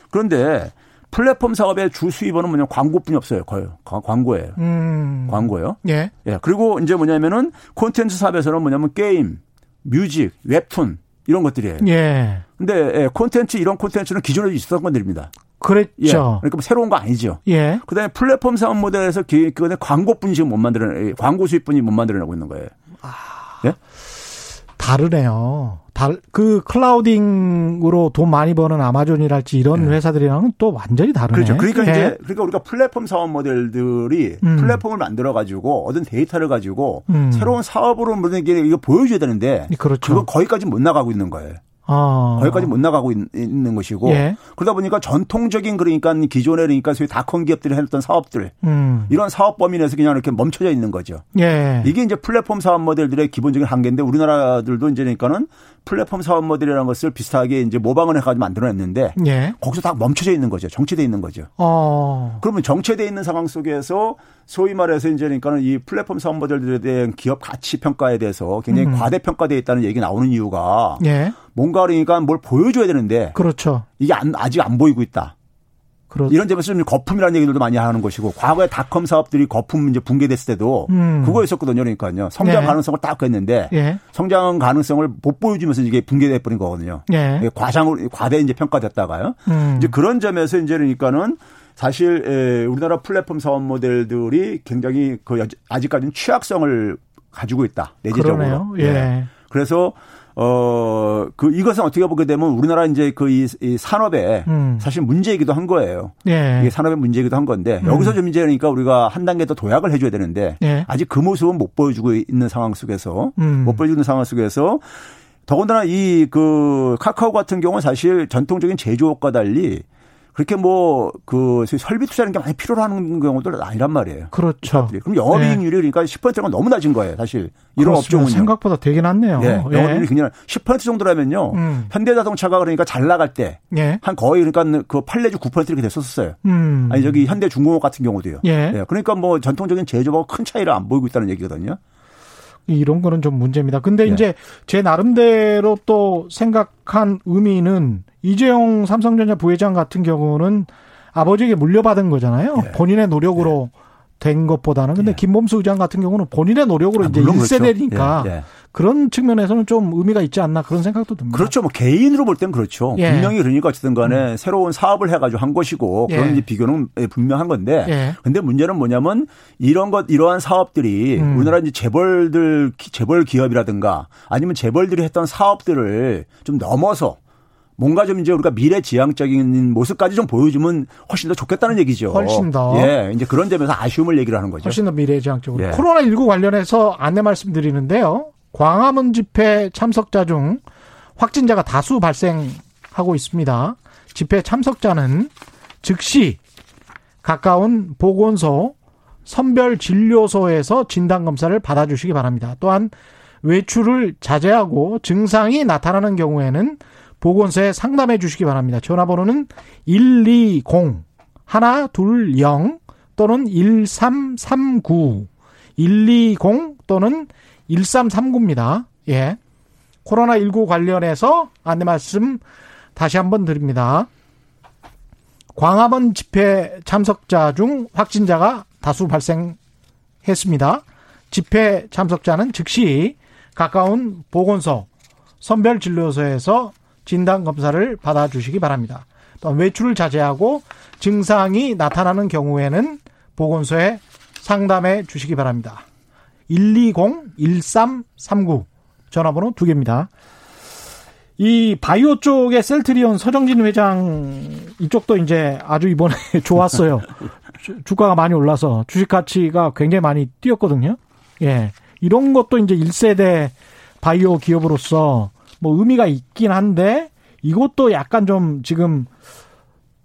[SPEAKER 3] 그런데 플랫폼 사업의 주 수입원은 뭐냐면 광고뿐이 없어요. 거의 과- 광고예요.
[SPEAKER 1] 음.
[SPEAKER 3] 광고예요.
[SPEAKER 1] 예.
[SPEAKER 3] 예. 그리고 이제 뭐냐면은 콘텐츠 사업에서는 뭐냐면 게임, 뮤직, 웹툰 이런 것들이에요.
[SPEAKER 1] 예.
[SPEAKER 3] 근데 예, 콘텐츠 이런 콘텐츠는 기존에 있었던 것들입니다. 예.
[SPEAKER 1] 그랬죠.
[SPEAKER 3] 그러니까 뭐 새로운 거 아니죠.
[SPEAKER 1] 예.
[SPEAKER 3] 그다음에 플랫폼 사업 모델에서 기- 그거는 광고뿐이 지금 못 만들어 예, 광고 수입뿐이 못 만들어내고 있는 거예요.
[SPEAKER 1] 다르네요. 달, 그 클라우딩으로 돈 많이 버는 아마존이랄지 이런 회사들이랑은 또 완전히 다르네.
[SPEAKER 3] 예. 그렇죠. 그러니까
[SPEAKER 1] 예.
[SPEAKER 3] 이제 그러니까 우리가 플랫폼 사업 모델들이
[SPEAKER 1] 음.
[SPEAKER 3] 플랫폼을 만들어 가지고 얻은 데이터를 가지고
[SPEAKER 1] 음.
[SPEAKER 3] 새로운 사업으로 무슨 게 이거 보여줘야 되는데
[SPEAKER 1] 그렇죠.
[SPEAKER 3] 그거 거기까지 못 나가고 있는 거예요.
[SPEAKER 1] 어.
[SPEAKER 3] 거기까지 못 나가고 있, 는 것이고
[SPEAKER 1] 예.
[SPEAKER 3] 그러다 보니까 전통적인 그러니까 기존에 그러니까 소위 닷컴 기업들이 해놨던 사업들
[SPEAKER 1] 음.
[SPEAKER 3] 이런 사업 범위 내에서 그냥 이렇게 멈춰져 있는 거죠.
[SPEAKER 1] 예.
[SPEAKER 3] 이게 이제 플랫폼 사업 모델들의 기본적인 한계인데 우리나라들도 이제 그러니까는 플랫폼 사업 모델이라는 것을 비슷하게 이제 모방을 해가지고 만들어냈는데
[SPEAKER 1] 예.
[SPEAKER 3] 거기서 다 멈춰져 있는 거죠. 정체돼 있는 거죠.
[SPEAKER 1] 어.
[SPEAKER 3] 그러면 정체돼 있는 상황 속에서 소위 말해서 이제 그러니까는 이 플랫폼 사업 모델들에 대한 기업 가치 평가에 대해서 굉장히
[SPEAKER 1] 음.
[SPEAKER 3] 과대평가돼 있다는 얘기 가 나오는 이유가
[SPEAKER 1] 예.
[SPEAKER 3] 뭔가 그러니까 뭘 보여줘야 되는데
[SPEAKER 1] 그렇죠.
[SPEAKER 3] 이게 안- 아직 안 보이고 있다.
[SPEAKER 1] 그렇
[SPEAKER 3] 이런 점에서 좀 거품이라는 얘기들도 많이 하는 것이고 과거에 닷컴 사업들이 거품 이제 붕괴됐을 때도
[SPEAKER 1] 음.
[SPEAKER 3] 그거 있었거든요. 그러니까요. 성장
[SPEAKER 1] 네.
[SPEAKER 3] 가능성을 딱 했는데
[SPEAKER 1] 예.
[SPEAKER 3] 성장 가능성을 못 보여주면서 이게 붕괴돼 버린 거거든요.
[SPEAKER 1] 예.
[SPEAKER 3] 이게 과장으로 과대 이제 평가됐다가요.
[SPEAKER 1] 음.
[SPEAKER 3] 이제 그런 점에서 이제 그러니까는 사실 에, 우리나라 플랫폼 사업 모델들이 굉장히 그 여지- 아직까지는 취약성을 가지고 있다 내재적으로.
[SPEAKER 1] 그러네요. 예.
[SPEAKER 3] 그래서 어그 이것은 어떻게 보게 되면 우리나라 이제 그 이 산업에
[SPEAKER 1] 음.
[SPEAKER 3] 사실 문제이기도 한 거예요.
[SPEAKER 1] 예.
[SPEAKER 3] 이게 산업의 문제이기도 한 건데
[SPEAKER 1] 네.
[SPEAKER 3] 여기서 좀 이제 그러니까 우리가 한 단계 더 도약을 해줘야 되는데
[SPEAKER 1] 예.
[SPEAKER 3] 아직 그 모습은 못 보여주고 있는 상황 속에서
[SPEAKER 1] 음.
[SPEAKER 3] 못 보여주는 상황 속에서 더군다나 이 그 카카오 같은 경우는 사실 전통적인 제조업과 달리 그렇게 뭐그 설비 투자하는 게 많이 필요로 하는 경우도 아니란 말이에요.
[SPEAKER 1] 그렇죠.
[SPEAKER 3] 그럼 영업이익률이 그러니까 10%가 너무 낮은 거예요, 사실. 이런
[SPEAKER 1] 그렇습니다.
[SPEAKER 3] 업종은요.
[SPEAKER 1] 생각보다 되게 낮네요.
[SPEAKER 3] 예, 영업이익률이
[SPEAKER 1] 예.
[SPEAKER 3] 그냥 10% 정도라면요.
[SPEAKER 1] 음.
[SPEAKER 3] 현대자동차가 그러니까 잘 나갈 때 한
[SPEAKER 1] 예.
[SPEAKER 3] 거의 그러니까 그 8내지 9% 이렇게 됐었어요.
[SPEAKER 1] 음.
[SPEAKER 3] 아니 저기 현대중공업 같은 경우도요.
[SPEAKER 1] 예.
[SPEAKER 3] 그러니까 뭐 전통적인 제조업하고 큰 차이를 안 보이고 있다는 얘기거든요.
[SPEAKER 1] 이런 거는 좀 문제입니다. 근데
[SPEAKER 3] 예.
[SPEAKER 1] 이제 제 나름대로 또 생각한 의미는 이재용 삼성전자 부회장 같은 경우는 아버지에게 물려받은 거잖아요.
[SPEAKER 3] 예.
[SPEAKER 1] 본인의 노력으로 된 것보다는 근데
[SPEAKER 3] 예.
[SPEAKER 1] 김범수 의장 같은 경우는 본인의 노력으로
[SPEAKER 3] 아,
[SPEAKER 1] 이제
[SPEAKER 3] 물론 그렇죠.
[SPEAKER 1] 1세대니까
[SPEAKER 3] 예, 예.
[SPEAKER 1] 그런 측면에서는 좀 의미가 있지 않나 그런 생각도 듭니다.
[SPEAKER 3] 그렇죠. 뭐 개인으로 볼 땐 그렇죠.
[SPEAKER 1] 예. 음.
[SPEAKER 3] 분명히 그러니까 어쨌든 간에 새로운 사업을 해가지고 한 것이고
[SPEAKER 1] 예.
[SPEAKER 3] 그런 이제 비교는 분명한 건데
[SPEAKER 1] 예.
[SPEAKER 3] 근데 문제는 뭐냐면 이런 것 이러한 사업들이
[SPEAKER 1] 음.
[SPEAKER 3] 우리나라 이제 재벌들 기- 재벌 기업이라든가 아니면 재벌들이 했던 사업들을 좀 넘어서 뭔가 좀 이제 우리가 미래 지향적인 모습까지 좀 보여주면 훨씬 더 좋겠다는 얘기죠.
[SPEAKER 1] 훨씬 더.
[SPEAKER 3] 예. 이제 그런 점에서 아쉬움을 얘기를 하는 거죠.
[SPEAKER 1] 훨씬 더 미래지향적으로.
[SPEAKER 3] 예.
[SPEAKER 1] 코로나19 관련해서 안내 말씀드리는데요. 광화문 집회 참석자 중 확진자가 다수 발생하고 있습니다. 집회 참석자는 즉시 가까운 보건소, 선별 진료소에서 진단 검사를 받아 주시기 바랍니다. 또한 외출을 자제하고 증상이 나타나는 경우에는 보건소에 상담해 주시기 바랍니다. 전화번호는 120 120 또는 1339 120 또는 1339입니다. 예. 코로나19 관련해서 안내 말씀 다시 한번 드립니다. 광화문 집회 참석자 중 확진자가 다수 발생했습니다. 집회 참석자는 즉시 가까운 보건소, 선별진료소에서 진단검사를 받아주시기 바랍니다. 또한 외출을 자제하고 증상이 나타나는 경우에는 보건소에 상담해 주시기 바랍니다. 120-1339 전화번호 두 개입니다. 이 바이오 쪽의 셀트리온 서정진 회장 이쪽도 이제 아주 이번에 *laughs* 좋았어요. 주- 주가가 많이 올라서 주식 가치가 굉장히 많이 뛰었거든요. 예. 이런 것도 이제 1세대 바이오 기업으로서 뭐 의미가 있긴 한데 이것도 약간 좀 지금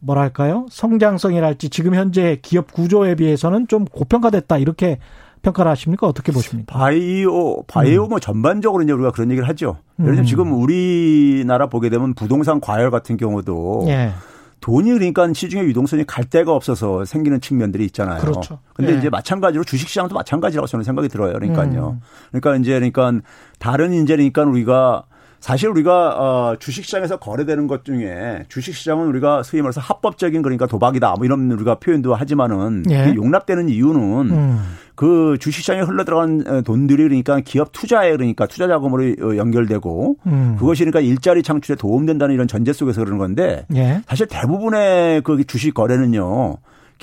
[SPEAKER 1] 뭐랄까요? 성장성이랄지 지금 현재 기업 구조에 비해서는 좀 고평가됐다 이렇게 평가를 하십니까? 어떻게 보십니까?
[SPEAKER 3] 바이오, 바이오 음. 뭐 전반적으로 이제 우리가 그런 얘기를 하죠. 예를 들면 음. 지금 우리나라 보게 되면 부동산 과열 같은 경우도 예. 돈이 그러니까 시중에 유동성이 갈 데가 없어서 생기는 측면들이 있잖아요.
[SPEAKER 1] 그렇죠.
[SPEAKER 3] 근데 예. 이제 마찬가지로 주식시장도 마찬가지라고 저는 생각이 들어요. 그러니까요. 음. 그러니까 이제 그러니까 다른 이제 그러니까 우리가 사실 우리가 어 주식시장에서 거래되는 것 중에 주식시장은 우리가 소위 말해서 합법적인 그러니까 도박이다 뭐 이런 우리가 표현도 하지만은 예. 용납되는 이유는 음. 그 주식시장에 흘러들어간 돈들이 그러니까 기업 투자에 그러니까 투자 자금으로 연결되고 음. 그것이 그러니까 일자리 창출에 도움된다는 이런 전제 속에서 그러는 건데 예. 사실 대부분의 그 주식 거래는요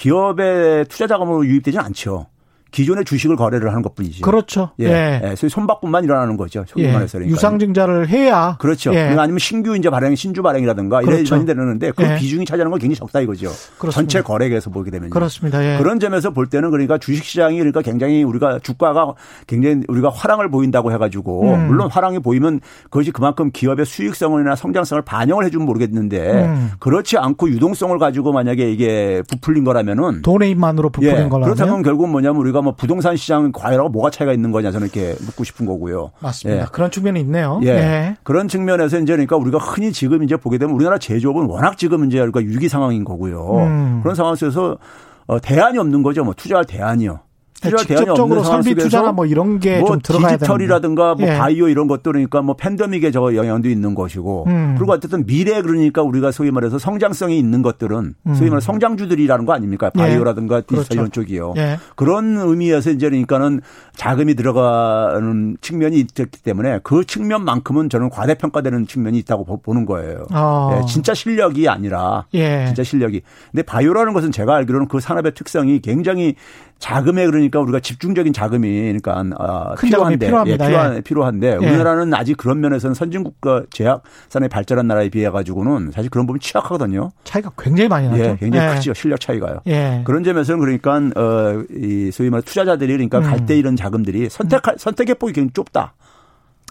[SPEAKER 3] 기업의 투자 자금으로 유입되지는 않죠. 기존의 주식을 거래를 하는 것뿐이지.
[SPEAKER 1] 그렇죠.
[SPEAKER 3] 예. 예. 예. 소위 손바꿈만 일어나는 거죠. 소위 예. 말해서 그러니까.
[SPEAKER 1] 유상증자를 해야.
[SPEAKER 3] 그렇죠. 예. 아니면 신규 이제 발행, 신주 발행이라든가 이런 그렇죠. 일이 되는데 그 예. 비중이 차지하는 건 굉장히 적다 이거죠. 그렇습니다. 전체 거래액에서 보게 되면.
[SPEAKER 1] 그렇습니다. 예.
[SPEAKER 3] 그런 점에서 볼 때는 그러니까 주식시장이 그러니까 굉장히 우리가 주가가 굉장히 우리가 화랑을 보인다고 해가지고 음. 물론 화랑이 보이면 그것이 그만큼 기업의 수익성이나 성장성을 반영을 해주면 모르겠는데 음. 그렇지 않고 유동성을 가지고 만약에 이게 부풀린 거라면은
[SPEAKER 1] 돈의 힘만으로 부풀린 거라면
[SPEAKER 3] 예, 그렇다면 결국 뭐냐면 우리가 뭐 부동산 시장 과열하고 뭐가 차이가 있는 거냐 저는 이렇게 묻고 싶은 거고요.
[SPEAKER 1] 맞습니다. 예. 그런 측면이 있네요.
[SPEAKER 3] 예. 예. 그런 측면에서 이제 그러니까 우리가 흔히 지금 이제 보게 되면 우리나라 제조업은 워낙 지금 이제 그러니까 위기 상황인 거고요. 음. 그런 상황 속에서 어 대안이 없는 거죠. 뭐 투자할 대안이요.
[SPEAKER 1] 투자 네, 직접적으로 설비 투자나 뭐 이런 게좀 뭐 들어가야
[SPEAKER 3] 디지털이라든가 뭐 예. 바이오 이런 것도 그러니까 뭐 팬데믹에 저 영향도 있는 것이고 음. 그리고 어쨌든 미래 그러니까 우리가 소위 말해서 성장성이 있는 것들은 음. 소위 말해 서 성장주들이라는 거 아닙니까 바이오라든가 예. 디지털 그렇죠. 이런 쪽이요 예. 그런 의미에서 이제 그러니까는 자금이 들어가는 측면이 있기 때문에 그 측면만큼은 저는 과대평가되는 측면이 있다고 보는 거예요
[SPEAKER 1] 아.
[SPEAKER 3] 어. 진짜 실력이 아니라
[SPEAKER 1] 예.
[SPEAKER 3] 진짜 실력이 근데 바이오라는 것은 제가 알기로는 그 산업의 특성이 굉장히 자금에 그러니까 우리가 집중적인 자금이 그러니까 아,
[SPEAKER 1] 큰 필요한데 자금이
[SPEAKER 3] 예, 필요한, 예. 필요한데 예. 우리나라는 아직 그런 면에서는 선진국과 제약산업이 발전한 나라에 비해 가지고는 사실 그런 부분 취약하거든요.
[SPEAKER 1] 차이가 굉장히 많이 나죠.
[SPEAKER 3] 예, 굉장히 예. 크죠. 실력 차이가요. 그런 점에서는 그러니까 어, 이 소위 말해 투자자들이 그러니까 음. 갈때 이런 자금들이 선택할 음. 선택의 폭이 굉장히 좁다.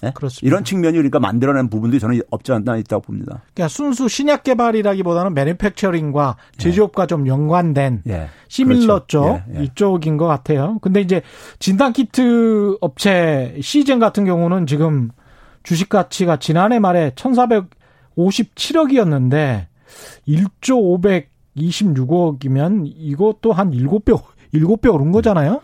[SPEAKER 3] 네? 이런 측면이 그러니까 만들어낸 부분도 저는 없지 않나 있다고 봅니다.
[SPEAKER 1] 그러니까 순수 신약 개발이라기보다는 매니팩처링과 제조업과 예. 좀 연관된 예. 시밀러 그렇죠. 쪽 예. 이쪽인 것 같아요. 근데 이제 진단 키트 업체 시젠 같은 경우는 지금 주식 가치가 지난해 말에 1,457억이었는데 1조 526억이면 이것도 한 7배 7배 오른 거잖아요.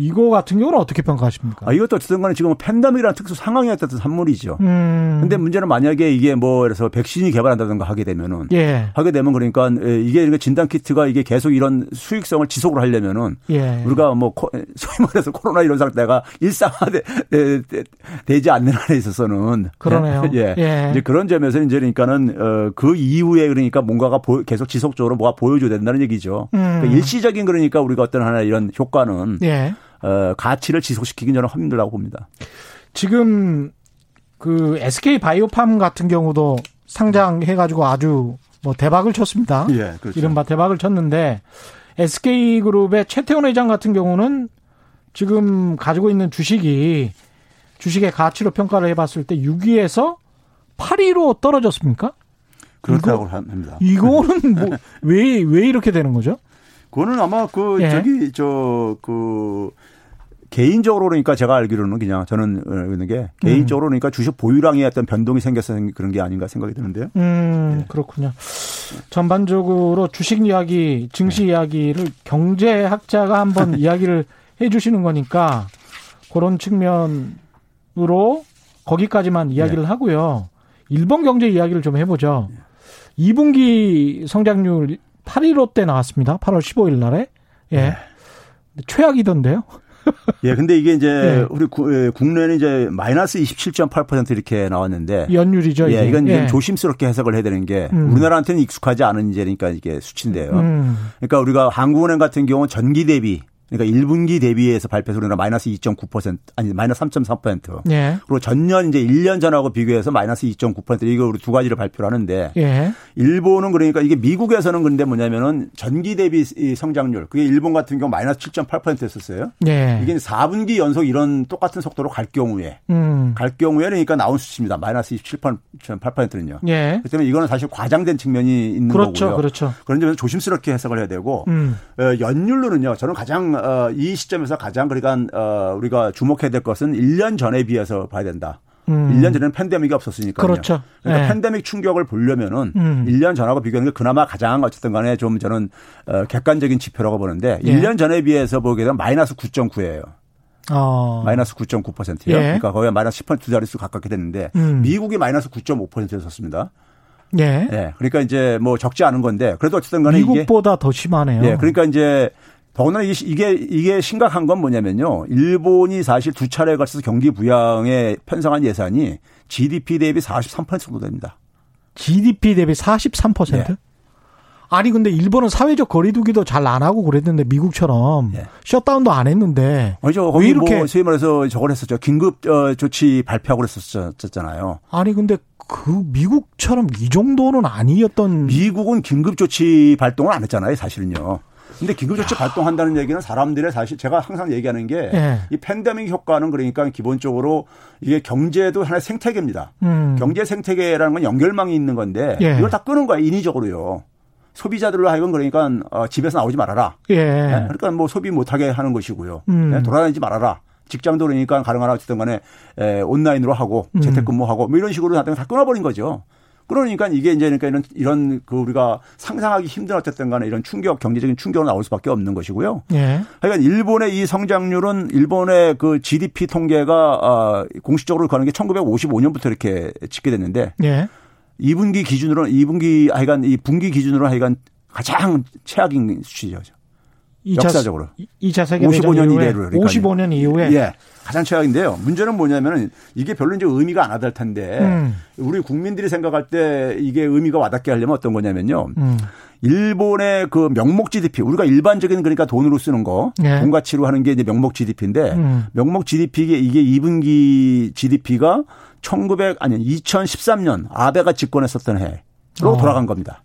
[SPEAKER 1] 이거 같은 경우는 어떻게 평가하십니까?
[SPEAKER 3] 아, 이것도 어쨌든 간에 지금 팬덤이라는 특수 상황에 따라서 산물이죠. 음. 근데 문제는 만약에 이게 뭐 그래서 백신이 개발한다든가 하게 되면은 예. 하게 되면 그러니까 이게 진단 키트가 이게 계속 이런 수익성을 지속을 하려면은 예. 우리가 뭐 소위 말해서 코로나 이런 상태가 일상화되 되지 않는 한에 있어서는
[SPEAKER 1] 그러네요.
[SPEAKER 3] 예. 예. 이제 그런 점에서 이제 그러니까는 그 이후에 그러니까 뭔가가 계속 지속적으로 뭐가 보여줘야 된다는 얘기죠. 음. 그러니까 일시적인 그러니까 우리가 어떤 하나 이런 효과는
[SPEAKER 1] 예.
[SPEAKER 3] 어, 가치를 지속시키긴 저는 힘들다고 봅니다.
[SPEAKER 1] 지금 그 SK 바이오팜 같은 경우도 상장해가지고 아주 뭐 대박을 쳤습니다.
[SPEAKER 3] 예, 그렇죠.
[SPEAKER 1] 이른바 대박을 쳤는데 SK 그룹의 최태원 회장 같은 경우는 지금 가지고 있는 주식이 주식의 가치로 평가를 해봤을 때 6위에서 8위로 떨어졌습니까?
[SPEAKER 3] 그렇다고 이거, 합니다.
[SPEAKER 1] 이거는
[SPEAKER 3] *laughs*
[SPEAKER 1] 뭐왜왜 왜 이렇게 되는 거죠?
[SPEAKER 3] 그거는 아마 그 예. 저기 저 그 개인적으로 그러니까 제가 알기로는 그냥 저는 있는 게 개인적으로 음. 그러니까 주식 보유량에 어떤 변동이 생겨서 그런 게 아닌가 생각이 드는데요.
[SPEAKER 1] 음 예. 그렇군요. 전반적으로 주식 이야기, 증시 네. 이야기를 경제학자가 한번
[SPEAKER 3] *laughs*
[SPEAKER 1] 이야기를 해주시는 거니까 그런 측면으로 거기까지만 이야기를 네. 하고요. 일본 경제 이야기를 좀 해보죠. 네. 2분기 성장률 8.15 때 나왔습니다. 8월 15일 날에. 예. 네. 최악이던데요.
[SPEAKER 3] 예, 근데 이게 이제 예. 우리 국내는 이제 마이너스 27.8% 이렇게 나왔는데
[SPEAKER 1] 연율이죠.
[SPEAKER 3] 이게. 예, 이건 예. 조심스럽게 해석을 해야 되는 게 음.
[SPEAKER 1] 음.
[SPEAKER 3] 우리나라한테는 익숙하지 않은 이제 그러니까 이게 수치인데요. 음. 그러니까 우리가 한국은행 같은 경우 전기 대비 그러니까 1분기 대비해서 발표해서 우리나라 마이너스 2.9% 아니 마이너스 3.3%
[SPEAKER 1] 예.
[SPEAKER 3] 그리고 전년 이제 1년 전하고 비교해서 마이너스 2.9% 이거 우리 두 가지를 발표를 하는데
[SPEAKER 1] 예.
[SPEAKER 3] 일본은 그러니까 이게 미국에서는 근데 뭐냐면은 전기 대비 이 성장률 그게 일본 같은 경우 마이너스 7.8%였었어요.
[SPEAKER 1] 예.
[SPEAKER 3] 이게 4분기 연속 이런 똑같은 속도로 갈 경우에
[SPEAKER 1] 음.
[SPEAKER 3] 갈 경우에 그러니까 나온 수치입니다. 마이너스 27.8%는요.
[SPEAKER 1] 예.
[SPEAKER 3] 그렇기 때문에 이거는 사실 과장된 측면이 있는
[SPEAKER 1] 그렇죠.
[SPEAKER 3] 거고요.
[SPEAKER 1] 그렇죠.
[SPEAKER 3] 그런 점에서 조심스럽게 해석을 해야 되고
[SPEAKER 1] 음.
[SPEAKER 3] 어, 연율로는요. 저는 가장 어, 이 시점에서 가장 그러니까 어, 우리가 주목해야 될 것은 1년 전에 비해서 봐야 된다.
[SPEAKER 1] 음.
[SPEAKER 3] 1년 전에는 팬데믹이 없었으니까요.
[SPEAKER 1] 그렇죠.
[SPEAKER 3] 그러니까
[SPEAKER 1] 예.
[SPEAKER 3] 팬데믹 충격을 보려면은
[SPEAKER 1] 음.
[SPEAKER 3] 1년 전하고 비교하는 게 그나마 가장 어쨌든 간에 좀 저는 어, 객관적인 지표라고 보는데
[SPEAKER 1] 예.
[SPEAKER 3] 1년 전에 비해서 보게 되면 마이너스 9.9예요. 그
[SPEAKER 1] 어.
[SPEAKER 3] 마이너스 9.9%예요.
[SPEAKER 1] 예.
[SPEAKER 3] 그러니까 거의 마이너스 10%두 자릿수 가깝게 됐는데
[SPEAKER 1] 음.
[SPEAKER 3] 미국이 마이너스 9.5%였었습니다.
[SPEAKER 1] 예.
[SPEAKER 3] 예. 그러니까 이제 뭐 적지 않은 건데 그래도 어쨌든 간에 이게
[SPEAKER 1] 미국보다 어. 더 심하네요.
[SPEAKER 3] 예, 그러니까 이제 더구나 이게, 시- 이게 이게 심각한 건 뭐냐면요. 일본이 사실 두 차례에 걸쳐서 경기 부양에 편성한 예산이 GDP 대비 43% 정도 됩니다.
[SPEAKER 1] GDP 대비 43%?
[SPEAKER 3] 예.
[SPEAKER 1] 아니 근데 일본은 사회적 거리두기도 잘 안 하고 그랬는데 미국처럼
[SPEAKER 3] 예.
[SPEAKER 1] 셧다운도 안 했는데
[SPEAKER 3] 아니죠.
[SPEAKER 1] 왜
[SPEAKER 3] 거기
[SPEAKER 1] 이렇게
[SPEAKER 3] 뭐 소위 말해서 저걸 했었죠. 긴급 어, 조치 발표하고 그랬었잖아요.
[SPEAKER 1] 아니 근데 그 미국처럼 이 정도는 아니었던
[SPEAKER 3] 미국은 긴급 조치 발동을 안 했잖아요, 사실은요. 근데 긴급 조치 발동한다는 얘기는 사람들의 사실 제가 항상 얘기하는 게 이
[SPEAKER 1] 예.
[SPEAKER 3] 팬데믹 효과는 그러니까 기본적으로 이게 경제도 하나의 생태계입니다.
[SPEAKER 1] 음.
[SPEAKER 3] 경제 생태계라는 건 연결망이 있는 건데
[SPEAKER 1] 예.
[SPEAKER 3] 이걸 다 끄는 거야 인위적으로요. 소비자들로 하여금 그러니까 어, 집에서 나오지 말아라.
[SPEAKER 1] 예.
[SPEAKER 3] 예, 그러니까 뭐 소비 못하게 하는 것이고요.
[SPEAKER 1] 음.
[SPEAKER 3] 예, 돌아다니지 말아라. 직장도 그러니까 가능한 한 어쨌든 간에 에, 온라인으로 하고 재택근무하고 뭐 이런 식으로 다 끊어버린 거죠. 그러니까 이게 이제 그러니까 이런 이런 그 우리가 상상하기 힘든 어쨌든 간에 이런 충격 경제적인 충격은 나올 수밖에 없는 것이고요.
[SPEAKER 1] 예.
[SPEAKER 3] 하여간 일본의 이 성장률은 일본의 그 GDP 통계가 아, 공식적으로 가는 게 1955년부터 이렇게 집계됐는데
[SPEAKER 1] 예.
[SPEAKER 3] 2분기 기준으로 2분기 하여간 이 분기 기준으로 하여간 가장 최악인 수치죠. 역사적으로.
[SPEAKER 1] 2차 세계 대전
[SPEAKER 3] 55년
[SPEAKER 1] 이후에
[SPEAKER 3] 이래로 그러니까요.
[SPEAKER 1] 55년 이후에
[SPEAKER 3] 예. 가장 최악인데요. 문제는 뭐냐면은 이게 별로 이제 의미가 안 와닿을 텐데
[SPEAKER 1] 음.
[SPEAKER 3] 우리 국민들이 생각할 때 이게 의미가 와닿게 하려면 어떤 거냐면요.
[SPEAKER 1] 음.
[SPEAKER 3] 일본의 그 명목 GDP 우리가 일반적인 그러니까 돈으로 쓰는 거,
[SPEAKER 1] 예.
[SPEAKER 3] 돈 가치로 하는 게 이제 명목 GDP인데
[SPEAKER 1] 음.
[SPEAKER 3] 명목 GDP 이게 이게 2분기 GDP가 1900 아니 2013년 아베가 집권했었던 해로
[SPEAKER 1] 어.
[SPEAKER 3] 돌아간 겁니다.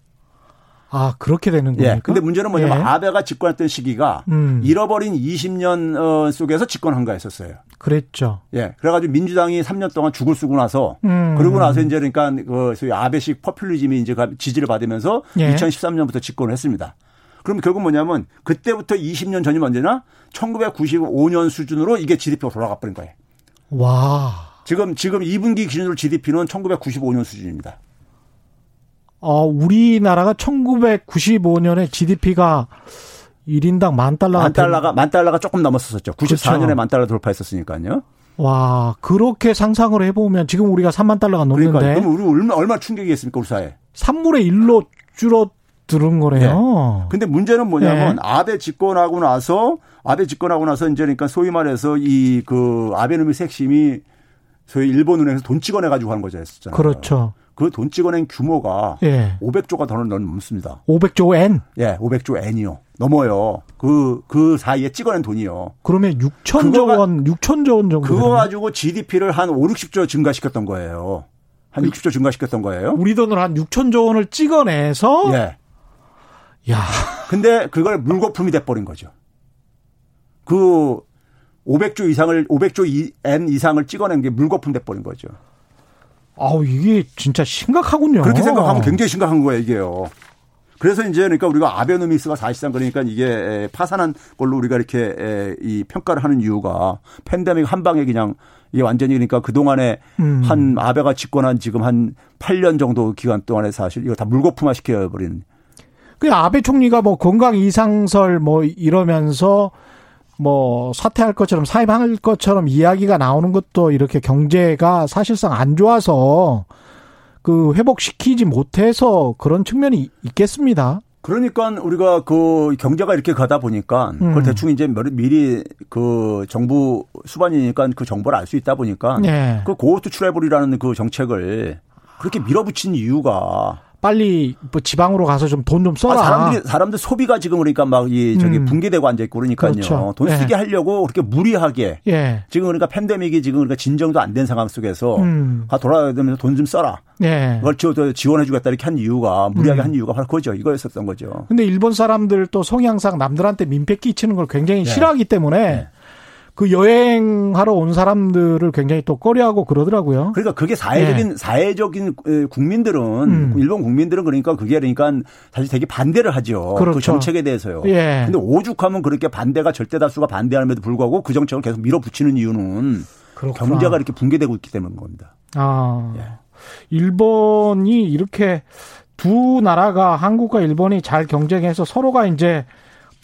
[SPEAKER 1] 아 그렇게 되는
[SPEAKER 3] 예.
[SPEAKER 1] 겁니까?
[SPEAKER 3] 근데 문제는 뭐냐면
[SPEAKER 1] 예.
[SPEAKER 3] 아베가 집권했던 시기가
[SPEAKER 1] 음.
[SPEAKER 3] 잃어버린 20년 어, 속에서 집권한가 했었어요.
[SPEAKER 1] 그랬죠.
[SPEAKER 3] 예. 그래가지고 민주당이 3년 동안 죽을 쓰고 나서
[SPEAKER 1] 음.
[SPEAKER 3] 그러고 나서 이제 그러니까 그 소위 아베식 퍼퓰리즘이 이제 가- 지지를 받으면서
[SPEAKER 1] 예.
[SPEAKER 3] 2013년부터 집권을 했습니다. 그럼 결국 뭐냐면 그때부터 20년 전이 언제나 1995년 수준으로 이게 GDP가 돌아가 버린 거예요.
[SPEAKER 1] 와.
[SPEAKER 3] 지금 지금 2분기 기준으로 GDP는 1995년 수준입니다.
[SPEAKER 1] 어 우리나라가 1995년에 GDP가 1인당 만 달러가
[SPEAKER 3] 만 달러가 만 달러가 조금 넘었었죠. 94년에
[SPEAKER 1] 그렇죠.
[SPEAKER 3] 만 달러 돌파했었으니까요.
[SPEAKER 1] 와, 그렇게 상상을 해보면 지금 우리가 3만 달러가
[SPEAKER 3] 그러니까
[SPEAKER 1] 넘는데
[SPEAKER 3] 그럼 우리 얼마 얼마 충격이겠습니까 우리 사회.
[SPEAKER 1] 3분의 1로 줄어드는 거네요.
[SPEAKER 3] 근데 문제는 뭐냐면
[SPEAKER 1] 네.
[SPEAKER 3] 아베 집권하고 나서 아베 집권하고 나서 이제 그러니까 소위 말해서 이 그 아베노믹스 핵심이 소위 일본은행에서 돈 찍어내 가지고 하는 거죠 했었잖아요.
[SPEAKER 1] 그렇죠.
[SPEAKER 3] 그돈 찍어낸 규모가
[SPEAKER 1] 예.
[SPEAKER 3] 500조가 더 넘습니다.
[SPEAKER 1] 500조 N.
[SPEAKER 3] 예, 500조 엔이요. 넘어요. 그, 그 사이에 찍어낸 돈이요.
[SPEAKER 1] 그러면 6천조
[SPEAKER 3] 그거가-
[SPEAKER 1] 원, 6천조 원 정도.
[SPEAKER 3] 그거
[SPEAKER 1] 되는 거예요.
[SPEAKER 3] 가지고 GDP를 한 5, 60조 증가시켰던 거예요.
[SPEAKER 1] 그
[SPEAKER 3] 한 60조 증가시켰던 거예요.
[SPEAKER 1] 우리 돈으로 한 6천조 원을 찍어내서
[SPEAKER 3] 예.
[SPEAKER 1] 야,
[SPEAKER 3] 근데 그걸 물거품이 돼버린 거죠. 그 500조 이상을 500조 이- N 이상을 찍어낸 게 물거품 돼버린 거죠.
[SPEAKER 1] 아우 이게 진짜 심각하군요.
[SPEAKER 3] 그렇게 생각하면 굉장히 심각한 거예요 이게요. 그래서 이제 그러니까 우리가 아베노믹스가 사실상 그러니까 이게 에, 파산한 걸로 우리가 이렇게 에, 이 평가를 하는 이유가 팬데믹 한 방에 그냥 이게 완전히 그러니까 그 동안에
[SPEAKER 1] 음.
[SPEAKER 3] 한 아베가 집권한 지금 한 8년 정도 기간 동안에 사실 이거 다 물거품화 시켜버린
[SPEAKER 1] 그 아베 총리가 뭐 건강 이상설 뭐 이러면서 뭐 사퇴할 것처럼 사임할 것처럼 이야기가 나오는 것도 이렇게 경제가 사실상 안 좋아서 그 회복시키지 못해서 그런 측면이 있겠습니다.
[SPEAKER 3] 그러니까 우리가 그 경제가 이렇게 가다 보니까
[SPEAKER 1] 음.
[SPEAKER 3] 그걸 대충 이제 미- 미리 그 정부 수반이니까 그 정보를 알 수 있다 보니까
[SPEAKER 1] 예.
[SPEAKER 3] 그 고호트 트래블이라는 그 정책을 그렇게 밀어붙인 이유가
[SPEAKER 1] 빨리 뭐 지방으로 가서 좀 돈 좀 써라.
[SPEAKER 3] 아, 사람들이 사람들 소비가 지금 그러니까 막 이 저기
[SPEAKER 1] 음.
[SPEAKER 3] 붕괴되고 앉아 있고 그러니까요.
[SPEAKER 1] 그렇죠.
[SPEAKER 3] 돈
[SPEAKER 1] 예.
[SPEAKER 3] 쓰게 하려고 그렇게 무리하게
[SPEAKER 1] 예.
[SPEAKER 3] 지금 그러니까 팬데믹이 지금 그러니까 진정도 안 된 상황 속에서
[SPEAKER 1] 음.
[SPEAKER 3] 가 돌아다니면서 돈 좀 써라.
[SPEAKER 1] 예.
[SPEAKER 3] 그걸 지원- 저 지원해주겠다 이렇게 한 이유가 무리하게
[SPEAKER 1] 음.
[SPEAKER 3] 한 이유가 바로 그거죠. 이거였었던 거죠.
[SPEAKER 1] 근데 일본 사람들 또 성향상 남들한테 민폐 끼치는 걸
[SPEAKER 3] 예.
[SPEAKER 1] 굉장히 싫어하기 때문에 그 여행하러 온 사람들을 굉장히 또 꺼려하고 그러더라고요.
[SPEAKER 3] 그러니까 그게 사회적인 사회적인 에, 국민들은
[SPEAKER 1] 네. 음.
[SPEAKER 3] 일본 국민들은 그러니까 그게 그러니까 사실 되게 반대를 하죠. 그
[SPEAKER 1] 그렇죠.
[SPEAKER 3] 정책에 대해서요. 그
[SPEAKER 1] 예.
[SPEAKER 3] 근데 오죽하면 그렇게 반대가 절대 다수가 반대함에도 불구하고 그 정책을 계속 밀어붙이는 이유는
[SPEAKER 1] 그렇구나.
[SPEAKER 3] 경제가 이렇게 붕괴되고 있기 때문인 겁니다.
[SPEAKER 1] 아,
[SPEAKER 3] 예.
[SPEAKER 1] 일본이 이렇게 두 나라가 한국과 일본이 잘 경쟁해서 서로가 이제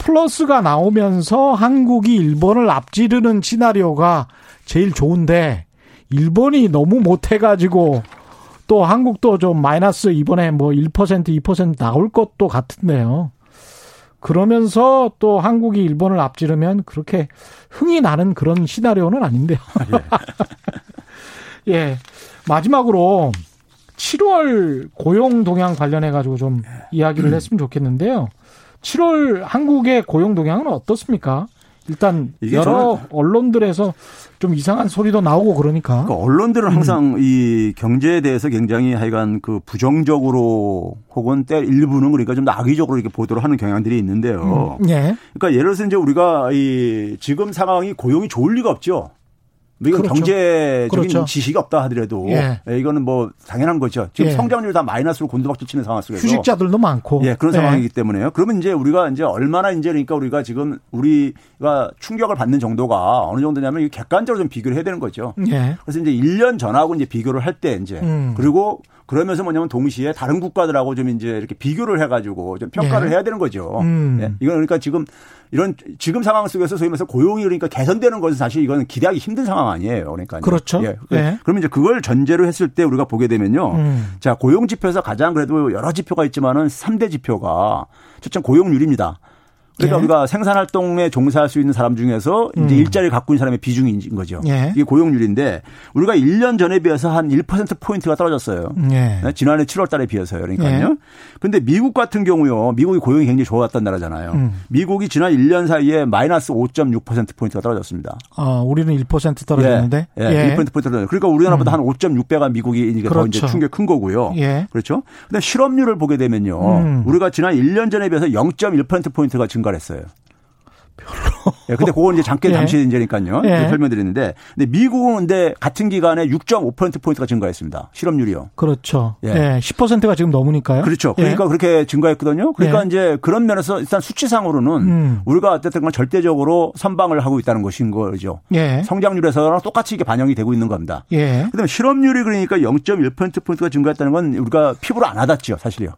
[SPEAKER 1] 플러스가 나오면서 한국이 일본을 앞지르는 시나리오가 제일 좋은데 일본이 너무 못해가지고 또 한국도 좀 마이너스 이번에 뭐 1% 2% 나올 것도 같은데요. 그러면서 또 한국이 일본을 앞지르면 그렇게 흥이 나는 그런 시나리오는 아닌데요. *laughs* 예. 마지막으로 7월 고용 동향 관련해 가지고 좀
[SPEAKER 3] 예.
[SPEAKER 1] 이야기를 했으면 좋겠는데요. 7월 한국의 고용 동향은 어떻습니까? 일단
[SPEAKER 3] 이게
[SPEAKER 1] 여러 언론들에서 좀 이상한 소리도 나오고 그러니까.
[SPEAKER 3] 그러니까 언론들은 항상 이 경제에 대해서 굉장히 하여간 그 부정적으로 혹은 때 일부는 그러니까 좀 악의적으로 이렇게 보도를 하는 경향들이 있는데요.
[SPEAKER 1] 음, 예.
[SPEAKER 3] 그러니까 예를 들어서 이제 우리가 이 지금 상황이 고용이 좋을 리가 없죠. 뭐 이건
[SPEAKER 1] 그렇죠.
[SPEAKER 3] 경제적인
[SPEAKER 1] 그렇죠.
[SPEAKER 3] 지식이 없다 하더라도
[SPEAKER 1] 예.
[SPEAKER 3] 예, 이거는 뭐 당연한 거죠. 지금
[SPEAKER 1] 예.
[SPEAKER 3] 성장률 다 마이너스로 곤두박질 치는 상황 속에서
[SPEAKER 1] 휴직자들도 많고.
[SPEAKER 3] 예, 그런
[SPEAKER 1] 예.
[SPEAKER 3] 상황이기 때문에요. 그러면 이제 우리가 이제 얼마나 이제 그러니까 우리가 지금 우리가 충격을 받는 정도가 어느 정도냐면 이 객관적으로 좀 비교를 해야 되는 거죠.
[SPEAKER 1] 예.
[SPEAKER 3] 그래서 이제 1년 전하고 이제 비교를 할 때 이제
[SPEAKER 1] 음.
[SPEAKER 3] 그리고 그러면서 뭐냐면 동시에 다른 국가들하고 좀 이제 이렇게 비교를 해가지고 좀 평가를
[SPEAKER 1] 예.
[SPEAKER 3] 해야 되는 거죠.
[SPEAKER 1] 음.
[SPEAKER 3] 예. 이건 그러니까 지금 이런 지금 상황 속에서 소위 말해서 고용이 그러니까 개선되는 것은 사실 이거는 기대하기 힘든 상황 아니에요. 그러니까
[SPEAKER 1] 그렇죠.
[SPEAKER 3] 예.
[SPEAKER 1] 예.
[SPEAKER 3] 그러면 이제 그걸 전제로 했을 때 우리가 보게 되면요.
[SPEAKER 1] 음.
[SPEAKER 3] 자 고용 지표에서 가장 그래도 여러 지표가 있지만은 3대 지표가 첫째 고용률입니다. 그러니까
[SPEAKER 1] 예. 음.
[SPEAKER 3] 우리가 생산 활동에 종사할 수 있는 사람 중에서 이제 일자리를 갖고 있는 사람의 비중인 거죠.
[SPEAKER 1] 예.
[SPEAKER 3] 이게 고용률인데 우리가 1년 전에 비해서 한 1% 포인트가 떨어졌어요.
[SPEAKER 1] 예.
[SPEAKER 3] 네, 지난해 7월 달에 비해서요.
[SPEAKER 1] 예.
[SPEAKER 3] 그러니까요. 근데 미국 같은 경우요. 미국이 고용이 굉장히 좋았던 나라잖아요. 미국이 지난 1년 사이에 마이너스 5.6%포인트가 떨어졌습니다.
[SPEAKER 1] 아, 우리는 1% 떨어졌는데. 음.
[SPEAKER 3] 예. 예. 1%포인트 떨어졌어요. 그러니까 우리나라보다 한 5.6배가 미국이 이제 더 이제
[SPEAKER 1] 그렇죠.
[SPEAKER 3] 충격 큰 거고요.
[SPEAKER 1] 예.
[SPEAKER 3] 그렇죠. 근데 실업률을 보게 되면요.
[SPEAKER 1] 음.
[SPEAKER 3] 우리가 지난 1년 전에 비해서 0.1%포인트가 증가했어요. 별로. 예, 근데 그건 이제 잠깐
[SPEAKER 1] *laughs* 예.
[SPEAKER 3] 잠시 이제니까요.
[SPEAKER 1] 예.
[SPEAKER 3] 설명드리는데, 근데 미국은 근데 같은 기간에 6.5% 포인트가 증가했습니다. 실업률이요.
[SPEAKER 1] 그렇죠. 예.
[SPEAKER 3] 예.
[SPEAKER 1] 10%가 지금 넘으니까요.
[SPEAKER 3] 그렇죠.
[SPEAKER 1] 예.
[SPEAKER 3] 그러니까 그렇게 증가했거든요. 그러니까
[SPEAKER 1] 예.
[SPEAKER 3] 이제 그런 면에서 일단 수치상으로는
[SPEAKER 1] 음.
[SPEAKER 3] 우리가 어쨌든 간 절대적으로 선방을 하고 있다는 것인 거죠.
[SPEAKER 1] 예.
[SPEAKER 3] 성장률에서랑 똑같이 이게 반영이 되고 있는 겁니다.
[SPEAKER 1] 예.
[SPEAKER 3] 그다음 실업률이 그러니까 0.1%포인트가 증가했다는 건 우리가 피부로 안 와닿죠, 사실요.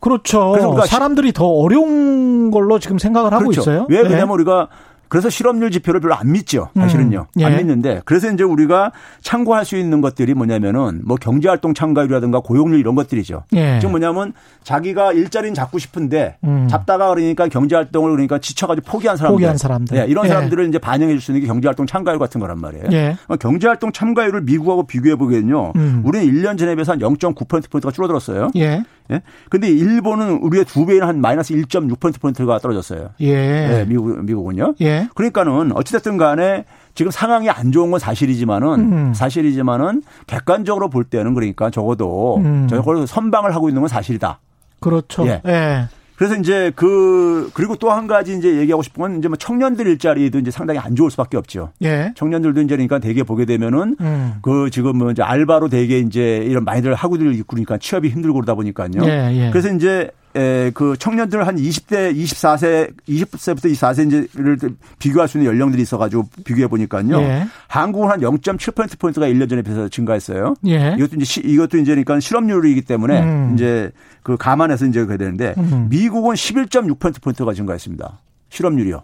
[SPEAKER 1] 그렇죠.
[SPEAKER 3] 그래서 우리가
[SPEAKER 1] 사람들이 더 어려운 걸로 지금 생각을 하고
[SPEAKER 3] 그렇죠.
[SPEAKER 1] 있어요. 예. 네.
[SPEAKER 3] 왜 그러냐면 우리가 그래서 실업률 지표를 별로 안 믿죠. 사실은요.
[SPEAKER 1] 음, 예.
[SPEAKER 3] 안 믿는데 그래서 이제 우리가 참고할 수 있는 것들이 뭐냐면은 뭐 경제활동 참가율이라든가 고용률 이런 것들이죠.
[SPEAKER 1] 예.
[SPEAKER 3] 즉 뭐냐면 자기가 일자리는 잡고 싶은데
[SPEAKER 1] 음.
[SPEAKER 3] 잡다가 그러니까 경제활동을 그러니까 지쳐가지고 포기한 사람들.
[SPEAKER 1] 포기한 사람들.
[SPEAKER 3] 예, 이런
[SPEAKER 1] 예.
[SPEAKER 3] 사람들을 이제 반영해 줄 수 있는 게 경제활동 참가율 같은 거란 말이에요.
[SPEAKER 1] 예.
[SPEAKER 3] 어, 경제활동 참가율을 미국하고 비교해 보면요.
[SPEAKER 1] 음.
[SPEAKER 3] 우리는 1년 전에 비해서 한 0.9%포인트가 줄어들었어요.
[SPEAKER 1] 예.
[SPEAKER 3] 예. 근데 일본은 우리의 두 배인 한 마이너스 1.6%포인트가 떨어졌어요.
[SPEAKER 1] 예.
[SPEAKER 3] 예, 미국, 미국은요.
[SPEAKER 1] 예.
[SPEAKER 3] 그러니까는 어찌됐든 간에 지금 상황이 안 좋은 건 사실이지만은
[SPEAKER 1] 음.
[SPEAKER 3] 사실이지만은 객관적으로 볼 때는 그러니까 적어도
[SPEAKER 1] 음.
[SPEAKER 3] 저걸 선방을 하고 있는 건 사실이다.
[SPEAKER 1] 그렇죠. 예.
[SPEAKER 3] 예. 그래서 이제 그 그리고 또 한 가지 이제 얘기하고 싶은 건 이제 뭐 청년들 일자리도 이제 상당히 안 좋을 수밖에 없죠.
[SPEAKER 1] 예.
[SPEAKER 3] 청년들도 이제 그러니까 대개 보게 되면은
[SPEAKER 1] 음.
[SPEAKER 3] 그 지금 뭐 이제 알바로 되게 이제 이런 많이들 하고들 있고 그러니까 취업이 힘들고 그러다 보니까요.
[SPEAKER 1] 예, 예.
[SPEAKER 3] 그래서 이제 에, 그 청년들 한 20대, 24세, 20세부터 24세 이제를 비교할 수 있는 연령들이 있어가지고 비교해 보니까요.
[SPEAKER 1] 예.
[SPEAKER 3] 한국은 한 0.7% 포인트가 1년 전에 비해서 증가했어요.
[SPEAKER 1] 예.
[SPEAKER 3] 이것도 이제 시- 이것도 이제 그러니까 실업률이기 때문에
[SPEAKER 1] 음.
[SPEAKER 3] 이제 그 감안해서 이제 그래야 되는데 미국은 11.6% 포인트가 증가했습니다. 실업률이요.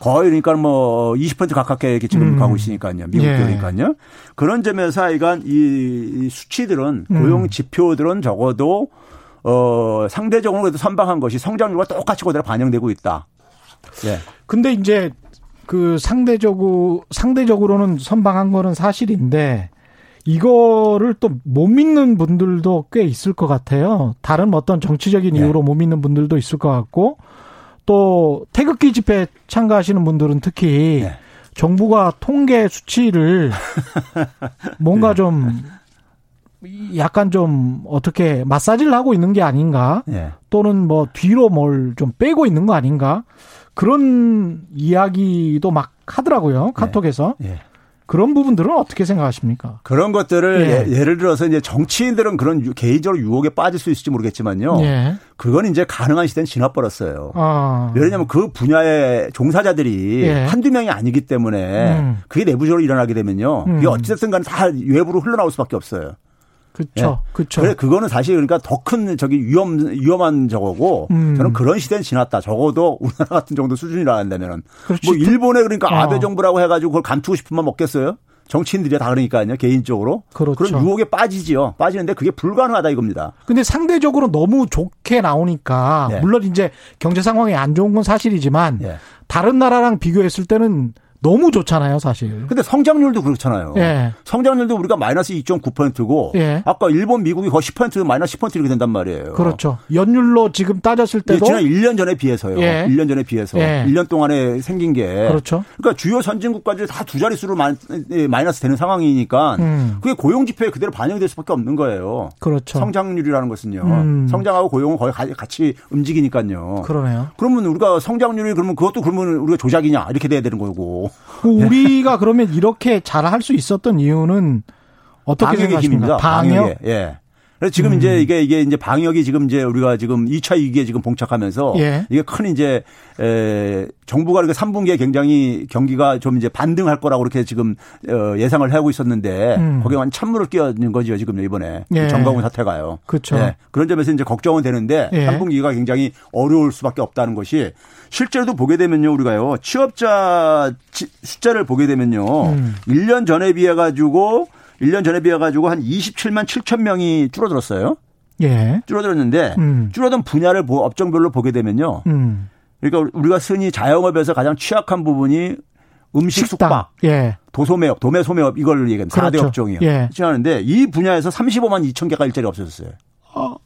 [SPEAKER 3] 거의 그러니까 뭐20% 가깝게 이렇게 지금 가고 있으니까요. 미국도
[SPEAKER 1] 예.
[SPEAKER 3] 그러니까요. 그런 점에서 하여간 이, 이 수치들은 고용 지표들은 적어도 어 상대적으로 그래도 선방한 것이 성장률과 똑같이 그대로 반영되고 있다. 예.
[SPEAKER 1] 근데 이제 그 상대적으로 상대적으로는 선방한 거는 사실인데 이거를 또 못 믿는 분들도 꽤 있을 것 같아요. 다른 어떤 정치적인 이유로 네. 못 믿는 분들도 있을 것 같고 또 태극기 집회 참가하시는 분들은 특히 네. 정부가 통계 *laughs* 수치를 뭔가 좀 약간 좀 어떻게 마사지를 하고 있는 게 아닌가
[SPEAKER 3] 예,
[SPEAKER 1] 네. 또는 뭐 뒤로 뭘 좀 빼고 있는 거 아닌가 그런 이야기도 막
[SPEAKER 3] 네.
[SPEAKER 1] 하더라고요 카톡에서 그런 부분들은 어떻게 생각하십니까?
[SPEAKER 3] 예. 그런 것들을 예. 를 들어서 이제 정치인들은 그런 개인적으로 유혹에 빠질 수 있을지 모르겠지만요. 예. 그건 이제 가능한 시대는 지나버렸어요. 아. 왜냐하면 그 분야의 종사자들이 예. 한두 명이 아니기 때문에 음. 그게 내부적으로 일어나게 되면요. 음. 이게 어찌됐든 간에 다 외부로 흘러나올 수밖에 없어요.
[SPEAKER 1] 그렇죠. 예. 그렇죠.
[SPEAKER 3] 네. 그래 그거는 사실 그러니까 더 큰 저기 위험 위험한 저거고 음. 저는 그런 시대는 지났다. 적어도 우리나라 같은 정도 수준이라 한다면은 그렇지. 뭐 일본에 그러니까 어. 아베 정부라고 해가지고 그걸 감추고 싶은 만 먹겠어요? 정치인들이 다 그러니까요 개인적으로 그렇죠. 그런 유혹에 빠지지요 빠지는데 그게 불가능하다 이겁니다.
[SPEAKER 1] 근데 상대적으로 너무 좋게 나오니까
[SPEAKER 3] 네.
[SPEAKER 1] 예. 물론 이제 경제 상황이 안 좋은 건
[SPEAKER 3] 음.
[SPEAKER 1] 사실이지만 예. 다른 나라랑 비교했을 때는 너무 좋잖아요, 사실.
[SPEAKER 3] 근데 성장률도 그렇잖아요. 예. 성장률도 우리가 마이너스 2.9%고 예. 아까 일본, 미국이 거의 10% 마이너스 10% 이렇게 된단 말이에요.
[SPEAKER 1] 그렇죠. 연율로 지금 따졌을 때도
[SPEAKER 3] 지난 1년 전에 비해서요. 예. 1년 전에 비해서 예. 1년 동안에 생긴 게
[SPEAKER 1] 그렇죠.
[SPEAKER 3] 그러니까 주요 선진국까지 다 두 자릿수로 예, 마이너스 되는 상황이니까 음. 그게 고용 지표에 그대로 반영이 될 수밖에 없는 거예요.
[SPEAKER 1] 그렇죠.
[SPEAKER 3] 성장률이라는 것은요. 음. 성장하고 고용은 거의 같이 움직이니까요.
[SPEAKER 1] 그러네요.
[SPEAKER 3] 그러면 우리가 성장률이 그러면 그것도 그러면 우리가 조작이냐 이렇게 돼야 되는 거고.
[SPEAKER 1] 그
[SPEAKER 3] 네.
[SPEAKER 1] 우리가 그러면 이렇게 잘 할 수 있었던 이유는 어떻게 생각하십니까? 방역. 방역에,
[SPEAKER 3] 예. 그래서 지금 음. 이제 이게 이게 이제 방역이 지금 이제 우리가 지금 2차 위기에 지금 봉착하면서 예. 이게 큰 이제 에 정부가 이렇게 3분기에 굉장히 경기가 좀 이제 반등할 거라고 이렇게 지금 어 예상을 하고 있었는데 음. 거기에 완 찬물을 끼얹는 거죠 지금 이번에 예. 정강훈 사태가요.
[SPEAKER 1] 그렇죠. 예.
[SPEAKER 3] 그런 점에서 이제 걱정은 되는데 예. 3분기가 굉장히 어려울 수밖에 없다는 것이 실제로도 보게 되면요 우리가요 취업자 숫자를 보게 되면요 음. 1년 전에 비해 가지고 1년 전에 비해 가지고 한 27만 7천 명이 줄어들었어요.
[SPEAKER 1] 예.
[SPEAKER 3] 줄어들었는데 음. 줄어든 분야를 업종별로 보게 되면요. 음. 그러니까 우리가 흔히 자영업에서 가장 취약한 부분이 음식 식당. 숙박,
[SPEAKER 1] 예.
[SPEAKER 3] 도소매업, 도매 소매업 이걸 얘기합니다. 그렇죠. 4대 업종이요.
[SPEAKER 1] 예.
[SPEAKER 3] 하는데 이 분야에서 35만 2천 개가 일자리 없어졌어요. 어.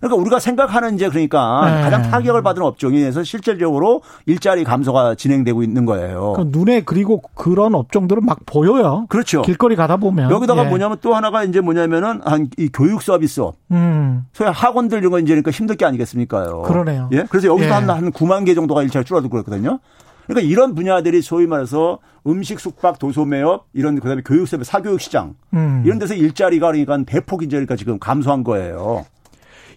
[SPEAKER 3] 그러니까 우리가 생각하는 이제 그러니까 네. 가장 타격을 받은 업종에 의해서 실질적으로 일자리 감소가 진행되고 있는 거예요.
[SPEAKER 1] 그러니까 눈에 그리고 그런 업종들은 막 보여요.
[SPEAKER 3] 어. 그렇죠.
[SPEAKER 1] 길거리 가다 보면
[SPEAKER 3] 여기다가 예. 뭐냐면 또 하나가 이제 뭐냐면은 한 이 교육 서비스업, 음. 소위 학원들 이런 거 이제 그러니까 힘들 게 아니겠습니까요.
[SPEAKER 1] 그러네요.
[SPEAKER 3] 예, 그래서 여기서 예. 한, 한 9만 개 정도가 일자리 줄어들고 그랬거든요. 그러니까 이런 분야들이 소위 말해서 음식, 숙박, 도소매업 이런 그다음에 교육 서비스, 사교육 시장 음. 이런 데서 일자리가 그러니까 대폭 이제 그러니까 지금 감소한 거예요.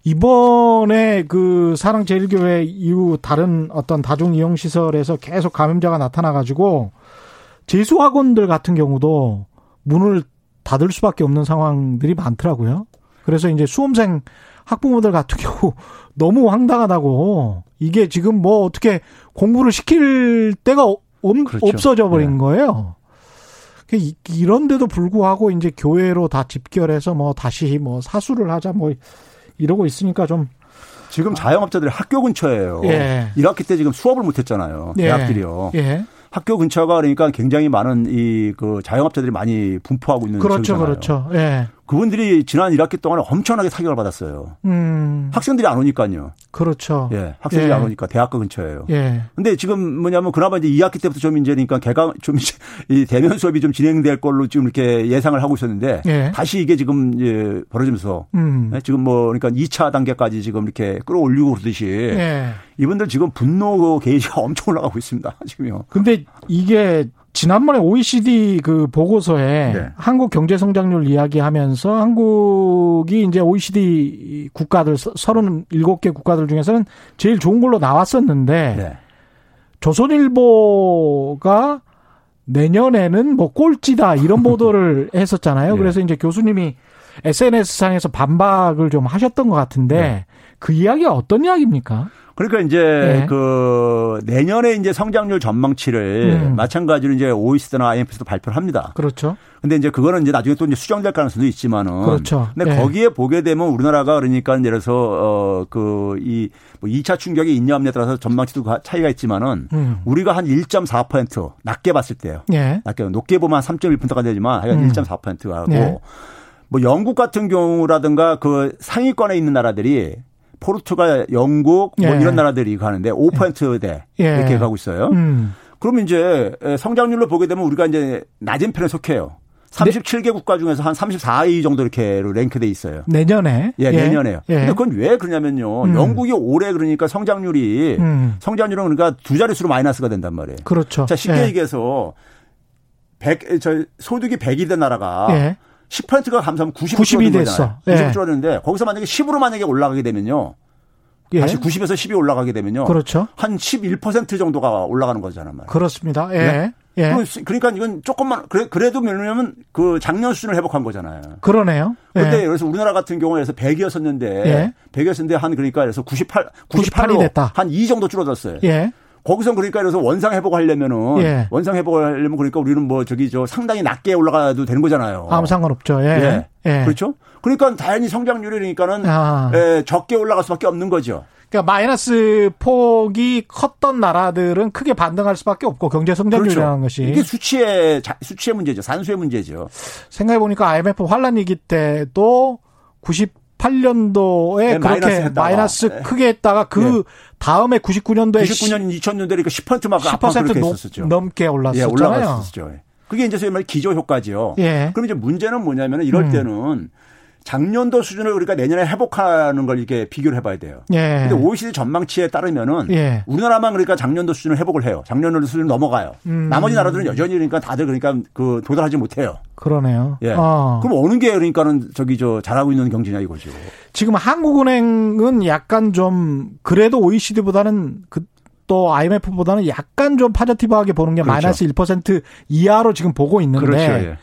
[SPEAKER 1] 이번에 그 사랑제일교회 이후 다른 어떤 다중이용시설에서 계속 감염자가 나타나가지고 재수학원들 같은 경우도 문을 닫을 수밖에 없는 상황들이 많더라고요. 그래서 이제 수험생 학부모들 같은 경우 *laughs* 너무 황당하다고 이게 지금 뭐 어떻게 공부를 시킬 때가 그렇죠. 없어져 버린 네. 거예요. 그 이런데도 불구하고 이제 교회로 다 집결해서 뭐 다시 뭐 사수를 하자 뭐 이러고 있으니까 좀
[SPEAKER 3] 지금 자영업자들이 학교 근처예요.
[SPEAKER 1] 아. 예.
[SPEAKER 3] 1학기 때 지금 수업을 못 했잖아요. 예. 대학들이요.
[SPEAKER 1] 예.
[SPEAKER 3] 학교 근처가 그러니까 굉장히 많은 이 그 자영업자들이 많이 분포하고 있는
[SPEAKER 1] 그렇죠, 지역이잖아요. 그렇죠. 예.
[SPEAKER 3] 그분들이 지난 1학기 동안에 엄청나게 사격을 받았어요.
[SPEAKER 1] 음.
[SPEAKER 3] 학생들이 안 오니까요.
[SPEAKER 1] 그렇죠.
[SPEAKER 3] 예. 학생들이 예. 안 오니까 대학교 근처예요.
[SPEAKER 1] 예.
[SPEAKER 3] 근데 지금 뭐냐면 그나마 이제 2학기 때부터 좀 이제 그러니까 개강 좀 이 대면 수업이 좀 진행될 걸로 지금 이렇게 예상을 하고 있었는데
[SPEAKER 1] 예.
[SPEAKER 3] 다시 이게 지금 이제 벌어지면서
[SPEAKER 1] 음.
[SPEAKER 3] 지금 뭐 그러니까 2차 단계까지 지금 이렇게 끌어올리고 그러듯이
[SPEAKER 1] 예.
[SPEAKER 3] 이분들 지금 분노 게이지가 *laughs* 엄청 올라가고 있습니다. 지금요.
[SPEAKER 1] 근데 이게 지난번에 OECD 그 보고서에 네. 한국 경제 성장률 이야기하면서 한국이 이제 OECD 국가들 37개 국가들 중에서는 제일 좋은 걸로 나왔었는데
[SPEAKER 3] 네.
[SPEAKER 1] 조선일보가
[SPEAKER 3] *laughs* 예.
[SPEAKER 1] 내년에는 뭐 꼴찌다 이런 보도를 했었잖아요. 네. 그래서 이제 교수님이 SNS상에서 반박을 좀 하셨던 것 같은데 네. 그 이야기가 어떤 이야기입니까?
[SPEAKER 3] 그러니까 이제 예. 그 내년에 이제 성장률 전망치를 음. 마찬가지로 이제 OECD나 IMF에서도 발표를 합니다.
[SPEAKER 1] 그렇죠.
[SPEAKER 3] 근데 이제 그거는 이제 나중에 또 이제 수정될 가능성도 있지만은
[SPEAKER 1] 그렇죠.
[SPEAKER 3] 근데 예. 거기에 보게 되면 우리나라가 그러니까 예를 들어서 어그이뭐 2차 충격이 있냐 없냐에 따라서 전망치도 차이가 있지만은 음. 우리가 한 1.4% 낮게 봤을 때요. 예. 낮게 높게 보면 한 3.1%가 되지만 하여간 음. 1.4%하고 예. 뭐 영국 같은 경우라든가 그 상위권에 있는 나라들이 포르투갈, 영국 뭐 예. 이런 나라들이 가는데 5%대 예. 이렇게 가고 있어요. 음. 그러면 이제 성장률로 보게 되면 우리가 이제 낮은 편에 속해요. 37개 네. 국가 중에서 한 34위 정도 이렇게 랭크돼 있어요.
[SPEAKER 1] 내년에?
[SPEAKER 3] 예, 내년에요. 예. 근데 그건 왜 그러냐면요. 음. 영국이 올해 그러니까 성장률이 음. 성장률은 그러니까 두 자릿수로 마이너스가 된단 말이에요.
[SPEAKER 1] 그렇죠.
[SPEAKER 3] 자, 쉽게 얘기해서 100, 저 소득이 100이 된 나라가
[SPEAKER 1] 예.
[SPEAKER 3] 10%가 감소하면 90이 됐어. 예. 90 줄었는데 거기서 만약에 10으로 만약에 올라가게 되면요. 예. 다시 90에서 10이 올라가게 되면요.
[SPEAKER 1] 그렇죠.
[SPEAKER 3] 한 11% 정도가 올라가는 거잖아요. 말이에요.
[SPEAKER 1] 그렇습니다. 예. 예.
[SPEAKER 3] 네? 그러니까 이건 조금만 그래, 그래도 왜냐면 그 작년 수준을 회복한 거잖아요.
[SPEAKER 1] 그러네요. 예.
[SPEAKER 3] 그때 그래서 우리나라 같은 경우에서 100이었었는데 100이었는데 한 그러니까 그래서 98
[SPEAKER 1] 98이 예. 됐다.
[SPEAKER 3] 한 2 정도 줄어들었어요. 예. 거기서 그러니까 그래서 원상 회복하려면은 예. 원상 회복을 하려면 그러니까 우리는 뭐 저기 저 상당히 낮게 올라가도 되는 거잖아요.
[SPEAKER 1] 아무 상관없죠. 예.
[SPEAKER 3] 어. 예. 그렇죠? 그러니까 다행히 성장률이니까는 아. 적게 올라갈 수밖에 없는 거죠.
[SPEAKER 1] 그러니까 마이너스 폭이 컸던 나라들은 크게 반등할 수밖에 없고 경제 성장률이라는 그렇죠. 것이
[SPEAKER 3] 이게 수치의 수치의 문제죠. 산수의 문제죠.
[SPEAKER 1] 생각해 보니까 IMF 환란 위기 때도 90 8년도에 네, 그렇게 마이너스, 마이너스, 크게 했다가 그 예. 다음에 99년도에
[SPEAKER 3] 99년 2000년대 그러니까 10% 막 10%
[SPEAKER 1] 넘,
[SPEAKER 3] 했었죠.
[SPEAKER 1] 넘게 올랐었잖아요.
[SPEAKER 3] 예, 올라갔었죠. 그게 이제 소위 말 기저 효과지요. 예. 그럼 이제 문제는 뭐냐면 이럴 음. 때는 작년도 수준을 우리가 내년에 회복하는 걸 이렇게 비교를 해봐야 돼요. 예. 근데 OECD 전망치에 따르면은 예. 우리나라만 그러니까 작년도 수준을 회복을 해요. 작년도 수준을 넘어가요. 음. 나머지 나라들은 여전히 그러니까 다들 그러니까 그 도달하지 못해요.
[SPEAKER 1] 그러네요.
[SPEAKER 3] 예. 어. 그럼 어느 게 그러니까는 저기 저 잘하고 있는 경제냐 이거죠.
[SPEAKER 1] 지금 한국은행은 약간 좀 그래도 OECD보다는 그 또 IMF보다는 약간 좀 파저티브하게 보는 게 그렇죠. 마이너스 1% 이하로 지금 보고 있는데 그렇죠. 예.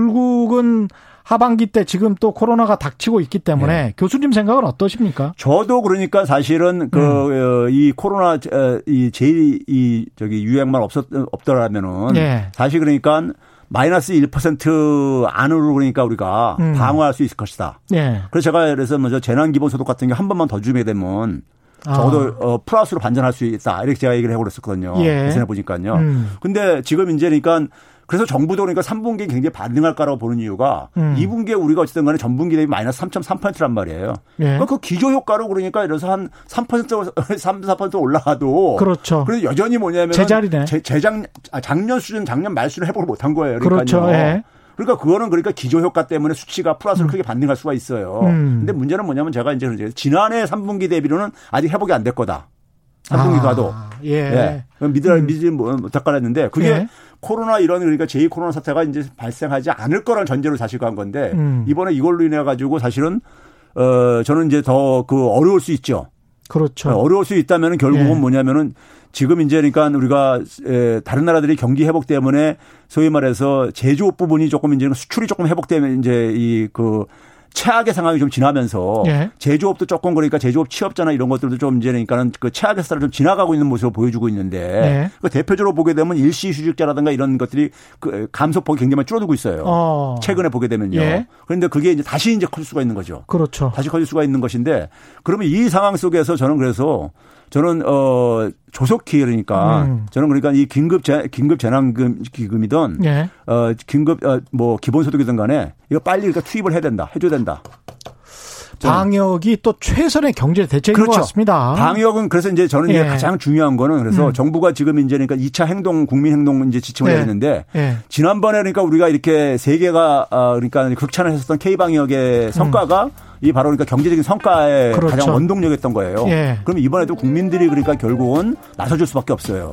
[SPEAKER 1] 결국은 하반기 때 지금 또 코로나가 닥치고 있기 때문에
[SPEAKER 3] 예.
[SPEAKER 1] 네. 교수님 생각은 어떠십니까?
[SPEAKER 3] 저도 그러니까 사실은 그이 음. 코로나 이 제일 이 저기 유행만 없었 없더라면은 네. 사실 그러니까 마이너스 1% 안으로 그러니까 우리가 음. 방어할 수 있을 것이다.
[SPEAKER 1] 예.
[SPEAKER 3] 네. 그래서 제가 그래서 먼저 재난 기본 소득 같은 게 한 번만 더 주게 되면 저도 아. 어, 플러스로 반전할 수 있다. 이렇게 제가 얘기를 해버렸었거든요. 예. 예전에 보니까요. 음. 근데 지금 이제 그러니까 그래서 정부도 그러니까 3분기 굉장히 반등할 거라고 보는 이유가 음. 2분기에 우리가 어쨌든 간에 전분기 대비 마이너스 3.3%란 말이에요. 예. 그러니까 그 기조 효과로 그러니까 이래서 한 *laughs* 3%, 3, 4% 올라가도
[SPEAKER 1] 그렇죠.
[SPEAKER 3] 그래서 여전히 뭐냐면
[SPEAKER 1] 제자리네.
[SPEAKER 3] 제, 재작 아, 작년 수준 작년 말수를 회복을 못한 거예요. 그러니까요. 그렇죠. 예. 그러니까 그거는 그러니까 기조 효과 때문에 수치가 플러스로 음. 크게 반등할 수가 있어요. 음. 근데 문제는 뭐냐면 제가 이제 지난해 3분기 대비로는 아직 회복이 안 될 거다. 3분기 아, 가도.
[SPEAKER 1] 예.
[SPEAKER 3] 예. 믿으라, 믿지 못할까 했는데 그게 예. 코로나 이런 그러니까 제2 코로나 사태가 이제 발생하지 않을 거란 전제로 사실 간 건데 음. 이번에 이걸로 인해 가지고 사실은 어, 저는 이제 더 그 어려울 수 있죠.
[SPEAKER 1] 그렇죠.
[SPEAKER 3] 네, 어려울 수 있다면 결국은 예. 뭐냐면은 지금 이제 그러니까 우리가 다른 나라들이 경기 회복 때문에 소위 말해서 제조업 부분이 조금 이제 수출이 조금 회복되면 이제 이그 최악의 상황이 좀 지나면서 예. 제조업도 조금 그러니까 제조업 취업자나 이런 것들도 좀 이제 그러니까는 그 최악의 스타를 좀 지나가고 있는 모습을 보여주고 있는데 예. 그 대표적으로 보게 되면 일시 휴직자라든가 이런 것들이 그 감소폭이 굉장히 많이 줄어들고 있어요. 어. 최근에 보게 되면요. 예. 그런데 그게 이제 다시 이제 커질 수가 있는 거죠.
[SPEAKER 1] 그렇죠.
[SPEAKER 3] 다시 커질 수가 있는 것인데 그러면 이 상황 속에서 저는 그래서 저는 어 조속히 그러니까 음. 저는 그러니까 이 긴급 재, 긴급 재난금 기금이든 예. 어 긴급 어, 뭐 기본소득이든 간에 이거 빨리 그러니까 투입을 해야 된다 해줘야 된다.
[SPEAKER 1] 방역이 또 최선의 경제 대책인 그렇죠. 것 같습니다.
[SPEAKER 3] 방역은 그래서 이제 저는 이제 예. 가장 중요한 거는 그래서 음. 정부가 지금 이제 그러니까 2차 행동 국민 행동 이제 지침을 예. 했는데 예. 지난번에 그러니까 우리가 이렇게 세계가 그러니까 극찬을 했었던 K 방역의 성과가 음. 이 바로 그러니까 경제적인 성과에 그렇죠. 가장 원동력이었던 거예요. 그럼 이번에도 국민들이 그러니까 결국은 나서줄 수밖에 없어요.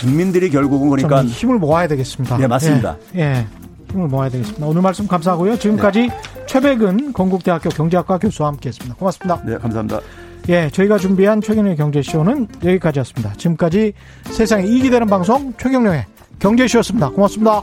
[SPEAKER 3] 국민들이 결국은 그러니까
[SPEAKER 1] 힘을 모아야 되겠습니다.
[SPEAKER 3] 예, 맞습니다.
[SPEAKER 1] 예. 힘을 모아야 되겠습니다. 오늘 말씀 감사하고요. 지금까지 네. 최백은 건국대학교 경제학과 교수와 함께했습니다. 고맙습니다.
[SPEAKER 3] 네, 감사합니다.
[SPEAKER 1] 예, 저희가 준비한 최경영의 경제쇼는 여기까지였습니다. 지금까지 세상에 이익이 되는 방송 최경영의 경제쇼였습니다. 고맙습니다.